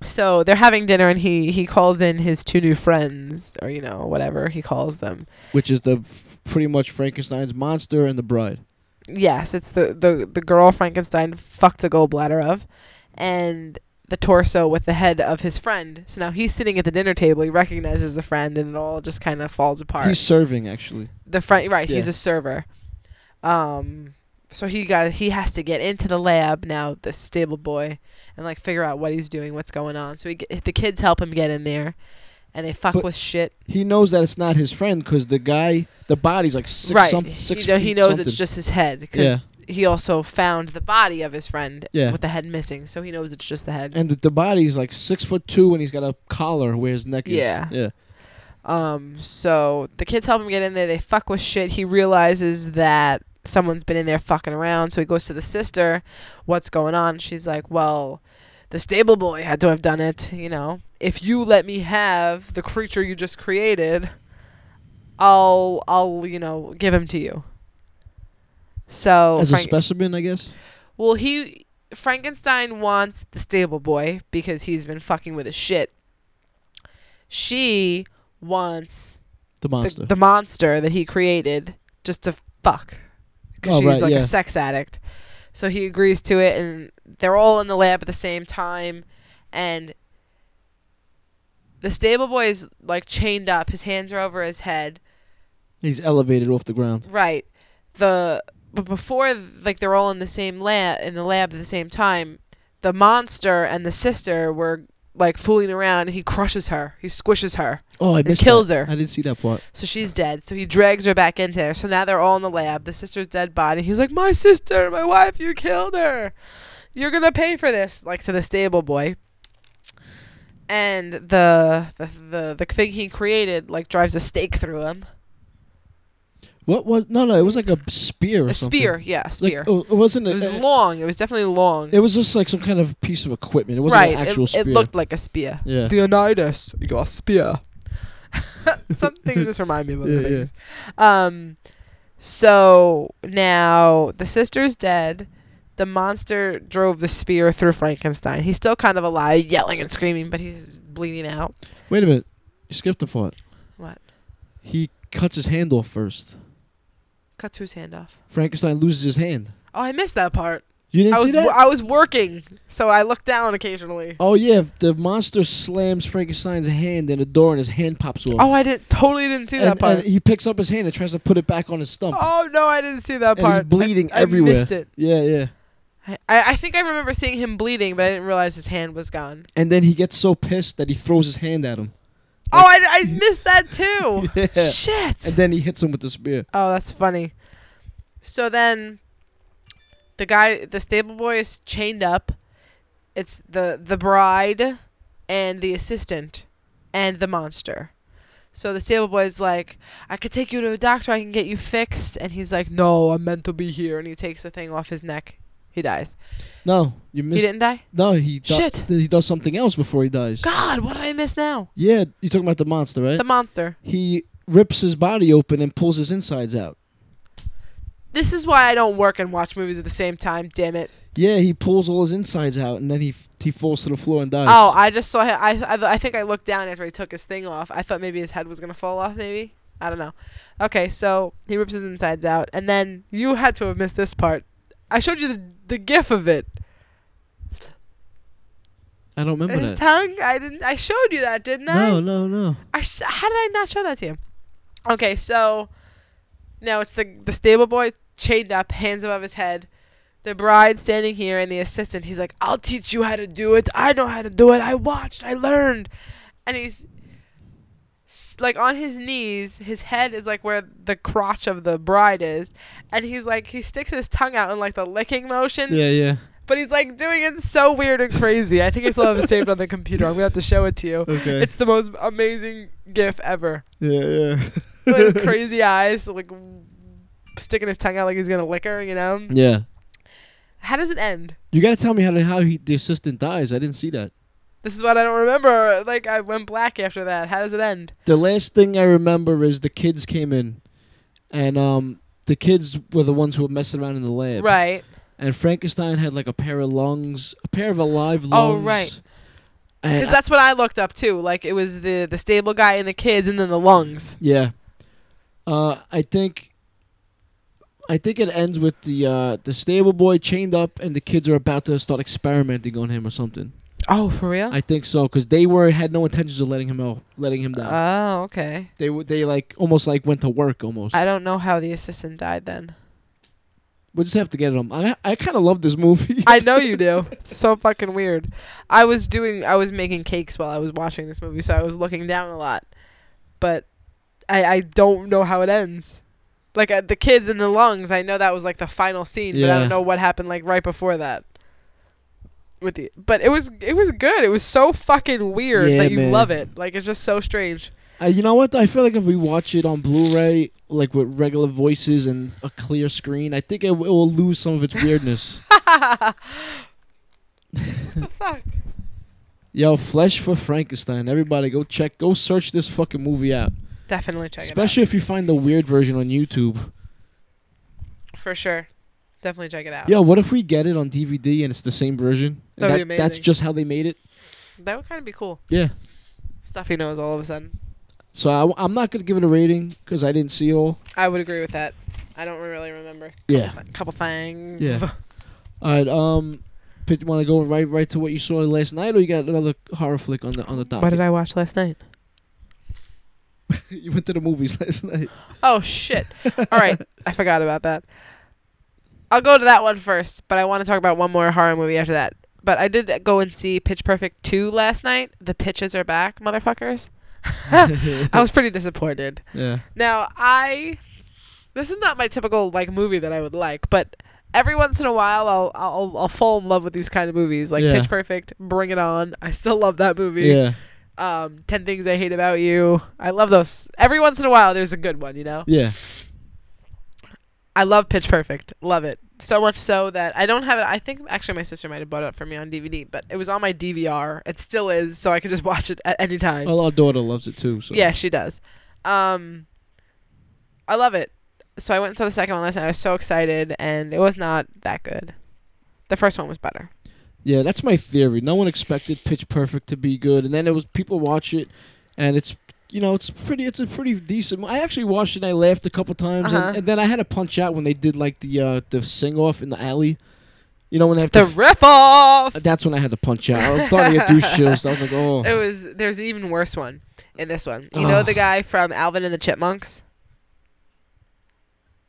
so they're having dinner, and he he calls in his two new friends, or you know whatever he calls them. Which is the f- pretty much Frankenstein's monster and the bride. Yes, it's the the the girl Frankenstein fucked the gallbladder of, and the torso with the head of his friend. So now he's sitting at the dinner table. He recognizes the friend, and it all just kind of falls apart. He's serving actually. the front right he's Yeah. a server um so he got he has to get into the lab now the stable boy and like figure out what he's doing what's going on so he get, the kids help him get in there and they fuck But with shit He knows that it's not his friend because the guy, the body's like six right some- He- six you know, he feet knows something. it's just his head because he also found the body of his friend Yeah. with the head missing so he knows it's just the head and the, the body's like six foot two and he's got a collar where his neck is. Yeah. Yeah. Um, so the kids help him get in there. They fuck with shit. He realizes that someone's been in there fucking around. So he goes to the sister. What's going on? She's like, well, the stable boy had to have done it. You know, if you let me have the creature you just created, I'll, I'll, you know, give him to you. So As a Oh, Frank- specimen, I guess. well, he Frankenstein wants the stable boy because he's been fucking with his shit. She wants The the, monster. the monster that he created just to fuck because Oh, she's right, like yeah. a sex addict so he agrees to it and they're all in the lab at the same time and the stable boy is like chained up his hands are over his head he's elevated off the ground. right the but before like they're all in the same lab in the lab at the same time the monster and the sister were like fooling around and he crushes her he squishes her Oh, I It missed kills that. her. I didn't see that part. so she's dead. So he drags her back into there. So now they're all in the lab. The sister's dead body. He's like, My sister, my wife, you killed her. You're gonna pay for this, like to the stable boy. And the the the, the thing he created like drives a stake through him. What was? No, no, it was like a spear or A something. spear, yeah, a Like, spear. oh, it wasn't. A, it was long. It was definitely long. It was just like some kind of piece of equipment. It wasn't right. an actual it, spear. it looked like a spear. Yeah. Leonidas, you got a spear. Something just remind me of other Yeah, yeah. things. Um, so now the sister's dead. The monster drove the spear through Frankenstein. He's still kind of alive, yelling and screaming, but he's bleeding out. Wait a minute. You skipped the part. What? He cuts his hand off first. Cuts whose hand off? Frankenstein loses his hand. Oh, I missed that part. You didn't I see was that? wo- I was working, so I looked down occasionally. oh yeah, the monster slams Frankenstein's hand in the door, and his hand pops off. Oh, I didn't totally didn't see that and, part. and he picks up his hand and tries to put it back on his stump. oh no, I didn't see that and part. he's bleeding I, everywhere. I missed it. Yeah, yeah. I, I think I remember seeing him bleeding, but I didn't realize his hand was gone. And then he gets so pissed that he throws his hand at him. Oh, I, I missed that too. Yeah. Shit. And then he hits him with the spear. oh, that's funny. So then, the guy, the stable boy is chained up. It's the the bride, and the assistant, and the monster. So the stable boy's like, I could take you to a doctor. I can get you fixed. And he's like, No, I'm meant to be here. And he takes the thing off his neck. He dies. No, you He missed. didn't die. No, he do- Shit. He does something else before he dies. God, what did I miss now? Yeah, you're talking about the monster, right? The monster. he rips his body open and pulls his insides out. This is why I don't work and watch movies at the same time. Damn it! Yeah, he pulls all his insides out and then he f- he falls to the floor and dies. Oh, I just saw. Him, I, I I think I looked down after he took his thing off. I thought maybe his head was gonna fall off. Maybe I don't know. Okay, so he rips his insides out, and then you had to have missed this part. I showed you the the gif of it. I don't remember His that. tongue. I didn't. I showed you that, didn't I? no, no, no. I sh- how did I not show that to you? Okay, so now it's the the stable boy chained up, hands above his head. The bride standing here and the assistant. He's like, "I'll teach you how to do it. I know how to do it. I watched. I learned." And he's s- like on his knees. His head is like where the crotch of the bride is, and he's like he sticks his tongue out in like the licking motion. Yeah, yeah. But he's like doing it so weird and crazy. I think I still have it saved on the computer. I'm gonna have to show it to you. Okay. It's the most amazing GIF ever. yeah, yeah. With his crazy eyes, like sticking his tongue out like he's gonna lick her. You know? yeah. How does it end? You gotta tell me how the, how he, the assistant dies. I didn't see that. This is what I don't remember. Like I went black after that. How does it end? The last thing I remember is the kids came in, and um, the kids were the ones who were messing around in the lab. Right. And Frankenstein had like a pair of lungs, a pair of alive Oh, lungs. right. And Because that's what I looked up too. Like it was the the stable guy and the kids, and then the lungs. Yeah. Uh, I think. I think it ends with the uh, the stable boy chained up, and the kids are about to start experimenting on him or something. Oh, for real? I think so because they were had no intentions of letting him out, letting him down. oh, okay. they were they like almost like went to work almost. I don't know how the assistant died then. we'll just have to get him. I I kind of love this movie. I know you do. It's so fucking weird. I was doing, I was making cakes while I was watching this movie, so I was looking down a lot. But I, I don't know how it ends. Like uh, the kids in the lungs, I know that was like the final scene, but I Yeah. don't know what happened like right before that. With the, but it was it was good. It was so fucking weird Yeah, that you man. love it. Like it's just so strange. Uh, you know what? I feel like if we watch it on Blu-ray, like with regular voices and a clear screen, I think it, w- it will lose some of its weirdness. what the fuck? Yo, Flesh for Frankenstein. Everybody, go check, go search this fucking movie out. Definitely check Especially if you find the weird version on YouTube. Uh. it out for sure. Definitely check it out. Yo, what if we get it on DVD and it's the same version? And That'd be that- That's amazing. just how they made it. That would kind of be cool. Yeah. Stuffy nose all of a sudden. So I, am not gonna give it a rating because I didn't see it all. I would agree with that. I don't really remember. Yeah. A couple things. Yeah. All right. Um, want to go right right to what you saw last night, or you got another horror flick on the on the top? What did I watch last night? you went to the movies last night. Oh shit. all right. I forgot about that. I'll go to that one first, but I want to talk about one more horror movie after that. But I did go and see Pitch Perfect 2 last night. The pitches are back, motherfuckers. I was pretty disappointed. Yeah. Now I, this is not my typical like movie that I would like, but every once in a while I'll I'll, I'll fall in love with these kind of movies like Yeah. Pitch Perfect, Bring It On. I still love that movie. Yeah. Um, Ten Things I Hate About You. I love those. Every once in a while there's a good one, you know. Yeah. I love Pitch Perfect. Love it so much so that I don't have it. I think actually my sister might have bought it for me on DVD, but it was on my DVR. It still is, so I could just watch it at any time. Well, our daughter loves it too. So Yeah, she does. Um, I love it. So I went and saw the second one last night. I was so excited, and it was not that good. The first one was better. Yeah, that's my theory. No one expected Pitch Perfect to be good, and then it was people watch it, and it's you know it's pretty it's a pretty decent. mo- I actually watched it. and I laughed a couple times, Uh-huh. and, and then I had to punch out when they did like the uh the sing off in the alley. You know when they have to. The riff off. that's when I had to punch out. I was starting to get douche chills. I was like, oh. It was. There's an even worse one in this one. You know Ugh. the guy from Alvin and the Chipmunks.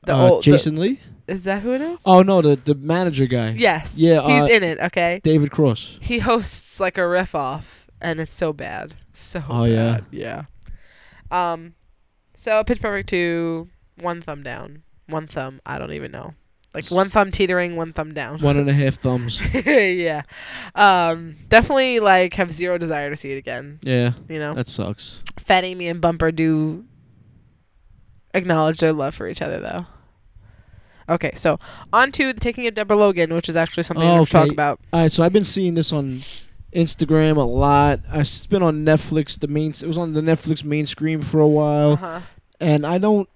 The Uh, old the- Jason Lee? is that who it is? Oh no, the the manager guy. yes. Yeah, He's uh, in it. Okay. David Cross. He hosts like a riff off, and it's so bad. So. Oh yeah. Yeah. Um, so Pitch Perfect two, one thumb down, one thumb. I don't even know. Like one thumb teetering, one thumb down. One and a half thumbs. yeah. Um, definitely like have zero desire to see it again. Yeah. You know, That sucks. Fat Amy and Bumper do acknowledge their love for each other though. Okay, so on to the taking of Deborah Logan, which is actually something Oh, we'll talk okay. about. All right, so I've been seeing this on Instagram a lot. I s- It's been on Netflix. The main it was on the Netflix main screen for a while, Uh-huh. and I don't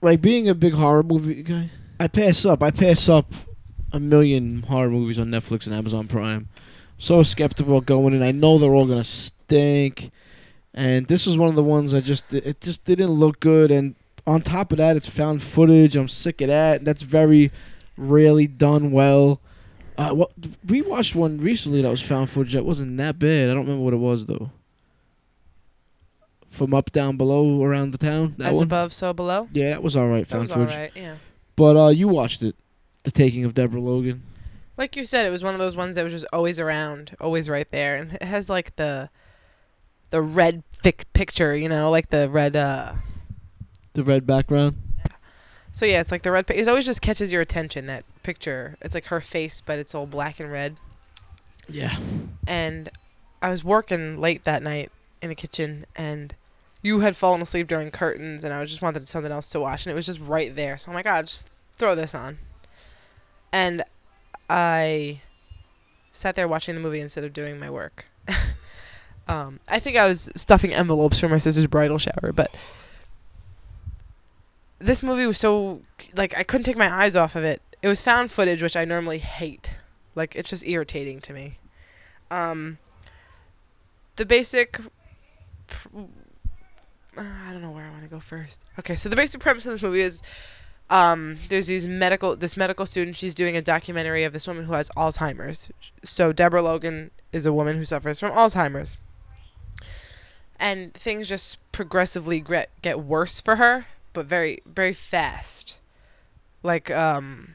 like being a big horror movie guy. I pass up. I pass up a million horror movies on Netflix and Amazon Prime. So skeptical going in. I know they're all gonna stink, and this was one of the ones I just it just didn't look good. And on top of that, it's found footage. I'm sick of that. That's very rarely done well. Uh, what we watched one recently that was found footage that wasn't that bad. I don't remember what it was though. From up, down, below, around the town. That As one. above, so below. Yeah, that was all right. That Found was footage. all right. Yeah. But uh, you watched it, The Taking of Deborah Logan. Like you said, it was one of those ones that was just always around, always right there, and it has like the the red thick picture, you know, like the red. uh The red background. So yeah, it's like the red. Pic- it always just catches your attention that picture. It's like her face, but it's all black and red. Yeah. And I was working late that night in the kitchen, and you had fallen asleep during curtains, and I was just wanted something else to watch, and it was just right there. So I'm like, "Ah, just throw this on. And I sat there watching the movie instead of doing my work. um, I think I was stuffing envelopes for my sister's bridal shower, but this movie was so like I couldn't take my eyes off of it. It was found footage, which I normally hate. Like it's just irritating to me. Um, the basic. pr- uh, I don't know where I want to go first. Okay, so the basic premise of this movie is, um, there's these medical this medical student. She's doing a documentary of this woman who has Alzheimer's. So Deborah Logan is a woman who suffers from Alzheimer's and things just progressively get get worse for her, but very very fast. Like um,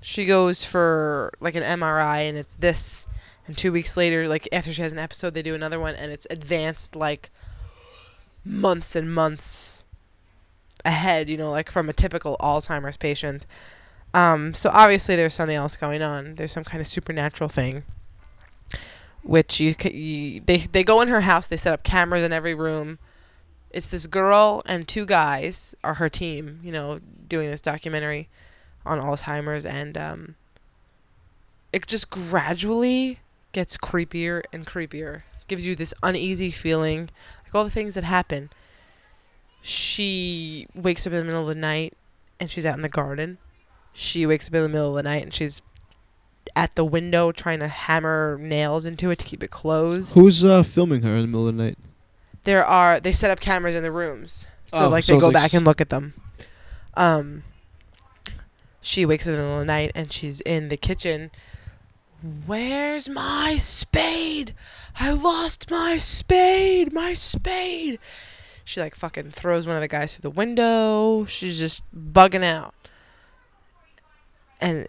she goes for like an MRI and it's this, and two weeks later, like after she has an episode, they do another one and it's advanced like months and months ahead. You know, like from a typical Alzheimer's patient. Um, so obviously there's something else going on. There's some kind of supernatural thing which you, c- you they they go in her house. They set up cameras in every room. It's this girl and two guys are her team. You know, doing this documentary on Alzheimer's, and um, it just gradually gets creepier and creepier. Gives you this uneasy feeling, like all the things that happen. She wakes up in the middle of the night, and she's out in the garden. She wakes up in the middle of the night, and she's at the window trying to hammer nails into it to keep it closed. Who's uh, filming her in the middle of the night? There are they set up cameras in the rooms, so Oh, like so they it's go like back s- and look at them. Um, she wakes up in the middle of the night and she's in the kitchen. Where's my spade? I lost my spade. My spade. She like fucking throws one of the guys through the window. She's just bugging out. And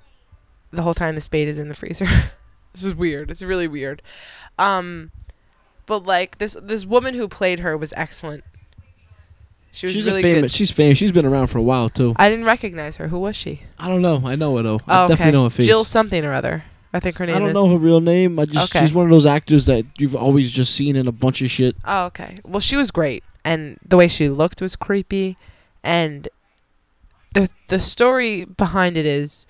the whole time the spade is in the freezer. this is weird. It's really weird. Um but like this this woman who played her was excellent. She was She's really a famous. good. She's famous. She's been around for a while too. I didn't recognize her. Who was she? Oh, I don't know. I know her though. I definitely know her face. Jill something or other. I think her name I don't is. know her real name. I just Okay. she's one of those actors that you've always just seen in a bunch of shit. Oh, okay. Well, she was great, and the way she looked was creepy, and the the story behind it is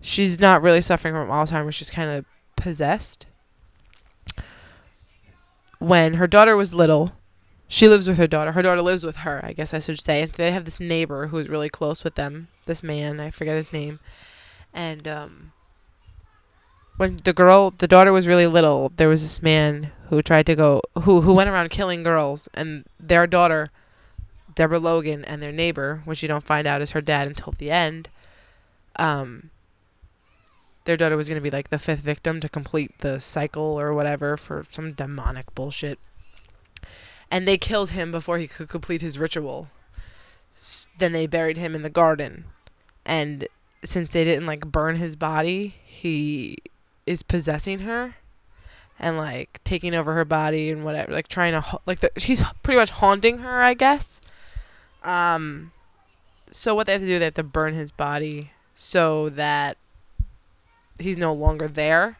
she's not really suffering from Alzheimer's. She's kind of possessed. When her daughter was little, she lives with her daughter. Her daughter lives with her, I guess I should say. And they have this neighbor who is really close with them. This man, I forget his name, and um. when the girl the daughter was really little there was this man who tried to go who who went around killing girls and their daughter deborah logan and their neighbor which you don't find out is her dad until the end um their daughter was going to be like the fifth victim to complete the cycle or whatever for some demonic bullshit and they killed him before he could complete his ritual S- then they buried him in the garden and since they didn't like burn his body he is possessing her and like taking over her body and whatever like trying to ha- like the, he's pretty much haunting her i guess um so what they have to do they have to burn his body so that he's no longer there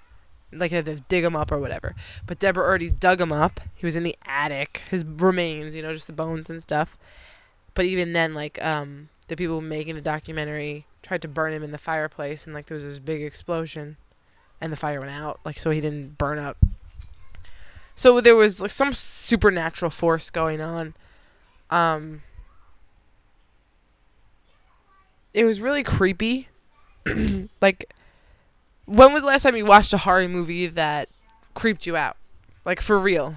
like they have to dig him up or whatever but deborah already dug him up he was in the attic his remains you know just the bones and stuff but even then like um the people making the documentary tried to burn him in the fireplace and like there was this big explosion and the fire went out like so he didn't burn up so there was like some supernatural force going on um it was really creepy like when was the last time you watched a horror movie that creeped you out like for real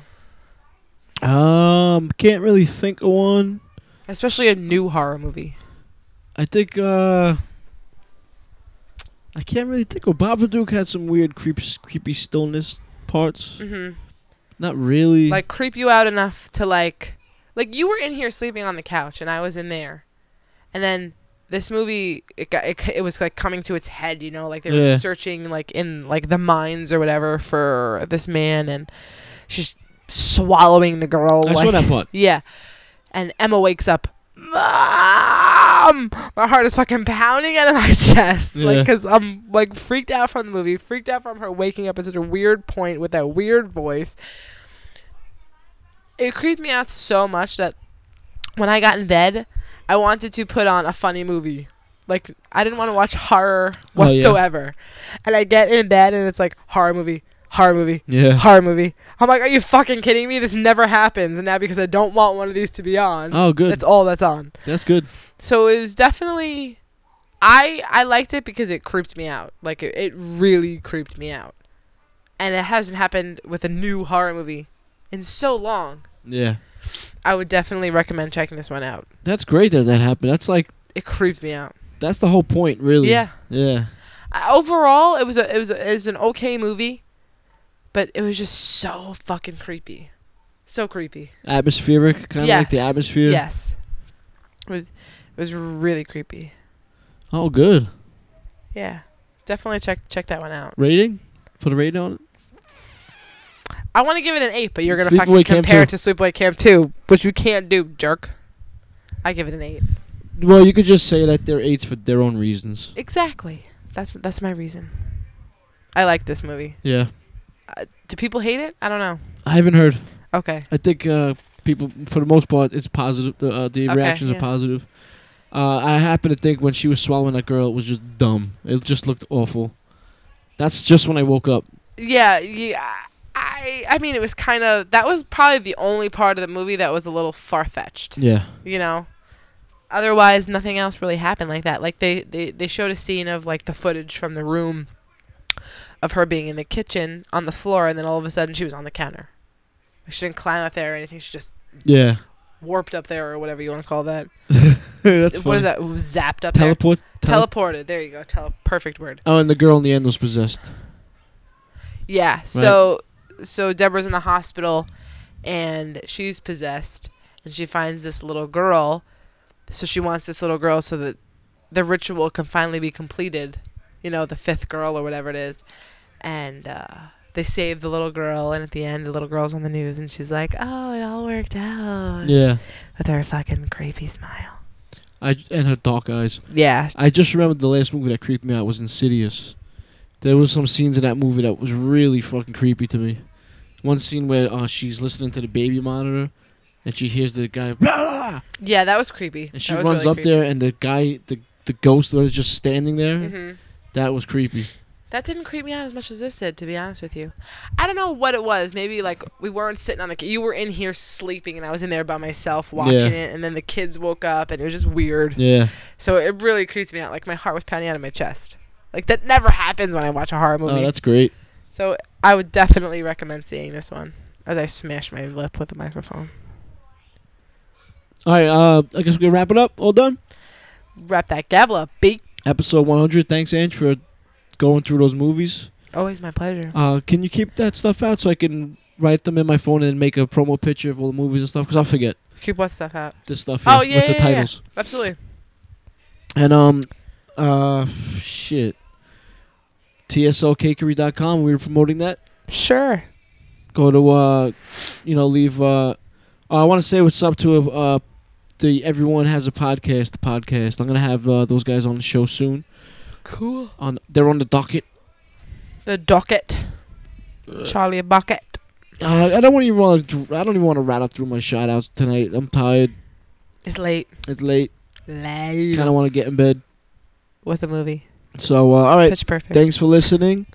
Um, can't really think of one. especially a new horror movie I think uh, I can't really think of Babadook had some weird creeps, creepy stillness parts. mm-hmm. Not really. like creep you out enough to like like you were in here sleeping on the couch and I was in there. And then this movie it got it, it was like coming to its head, you know, like they were Yeah. searching like in like the mines or whatever for this man and she's swallowing the girl I saw like- that part. Yeah. And Emma wakes up Mom! My heart is fucking pounding out of my chest, Like Yeah. like, cause I'm like freaked out from the movie, freaked out from her waking up at such a weird point with that weird voice. It creeped me out so much that when I got in bed, I wanted to put on a funny movie. Like I didn't want to watch horror Oh, yeah. whatsoever, and I get in bed and it's like horror movie, horror movie, Yeah. horror movie. I'm like, are you fucking kidding me? This never happens. And now because I don't want one of these to be on. Oh, good. That's all that's on. That's good. So it was definitely, I I liked it because it creeped me out. Like it, it really creeped me out, and it hasn't happened with a new horror movie in so long. Yeah. I would definitely recommend checking this one out. That's great that that happened. That's like It creeped me out. that's the whole point, really. Yeah. Yeah. I- overall, it was a, it was a, it was an okay movie, but it was just so fucking creepy, so creepy. Atmospheric, kind of like the Yes. atmosphere. Yes, it was it was really creepy. Oh, good. Yeah, definitely check check that one out. Rating? Put a rating on it. I want to give it an eight, but you're gonna Sleepaway fucking Camp compare it 2. to Sleepaway Camp Two, which you can't do, jerk. I give it an eight. Well, you could just say that they're eights for their own reasons. Exactly. That's that's my reason. I like this movie. Uh, Yeah. Do people hate it? I don't know. I haven't heard. Okay. I think uh, people, for the most part, it's positive. The, uh, the Okay, reactions yeah. are positive. Uh, I happen to think when she was swallowing that girl, it was just dumb. It just looked awful. That's just when I woke up. Yeah. Yeah. I I mean, it was kind of that was probably the only part of the movie that was a little far fetched. Yeah. You know. Otherwise, nothing else really happened like that. Like they, they they showed a scene of like the footage from the room of her being in the kitchen on the floor, and then all of a sudden she was on the counter. Like, She didn't climb up there or anything. She just Yeah. warped up there or whatever you want to call that. That's What funny. is that? Zapped up there. Teleport. tele- Teleported. There you go. Tele- perfect word. oh, and the girl in the end was possessed. Yeah. So so Deborah's in the hospital and she's possessed and she finds this little girl. So she wants this little girl so that the ritual can finally be completed, you know, the fifth girl or whatever it is. And uh they save the little girl and at the end the little girl's on the news and she's like, "Oh, it all worked out." Yeah. With her fucking creepy smile. I j- and her dark eyes. Yeah. I just remembered the last movie that creeped me out was Insidious. There was some scenes in that movie that was really fucking creepy to me. One scene where uh, she's listening to the baby monitor, and she hears the guy, "Rah!" Yeah, that was creepy. and she runs up there, and the guy, the the ghost, was just standing there. hmm That was creepy. That didn't creep me out as much as this did, to be honest with you. I don't know what it was. Maybe like we weren't sitting on the. ki- You were in here sleeping, and I was in there by myself watching Yeah. it. And then the kids woke up, and it was just weird. Yeah, So it really creeped me out. Like my heart was pounding out of my chest. Like that never happens when I watch a horror oh, movie. that's great. so I would definitely recommend seeing this one. As I smash my lip with the microphone. All right, uh, I guess we can wrap it up. All done. Wrap that gavel up, B. Episode 100. Thanks, Ange, for going through those movies. Always my pleasure. Uh, can you keep that stuff out so I can write them in my phone and make a promo picture of all the movies and stuff? Cause I'll forget Keep what stuff out. this stuff. Here Oh yeah, with the yeah, yeah, yeah. titles. Absolutely. And um, uh, shit. E TSLcakery.com. We were promoting that. Sure. Go to uh, you know, leave uh, I want to say what's up to uh, the everyone has a podcast. The podcast. I'm gonna have uh, those guys on the show soon. Cool. On they're on the docket. The docket. Charlie Bucket. Uh, I don't want even want to. I don't even want to rattle through my shout outs tonight. I'm tired. It's late. It's late. Late. Kind of want to get in bed. With a movie. So uh, all right. Pitch Perfect. Thanks for listening.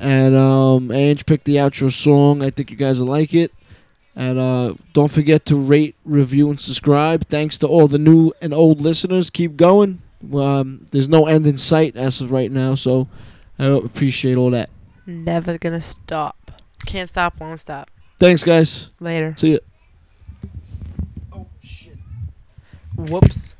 And um Ange picked the outro song. I think you guys will like it. And uh don't forget to rate, review, and subscribe. Thanks to all the new and old listeners. Keep going. Um, there's no end in sight as of right now, so I appreciate all that. Never gonna stop. Can't stop, won't stop. Thanks guys. Later. See ya. Whoops.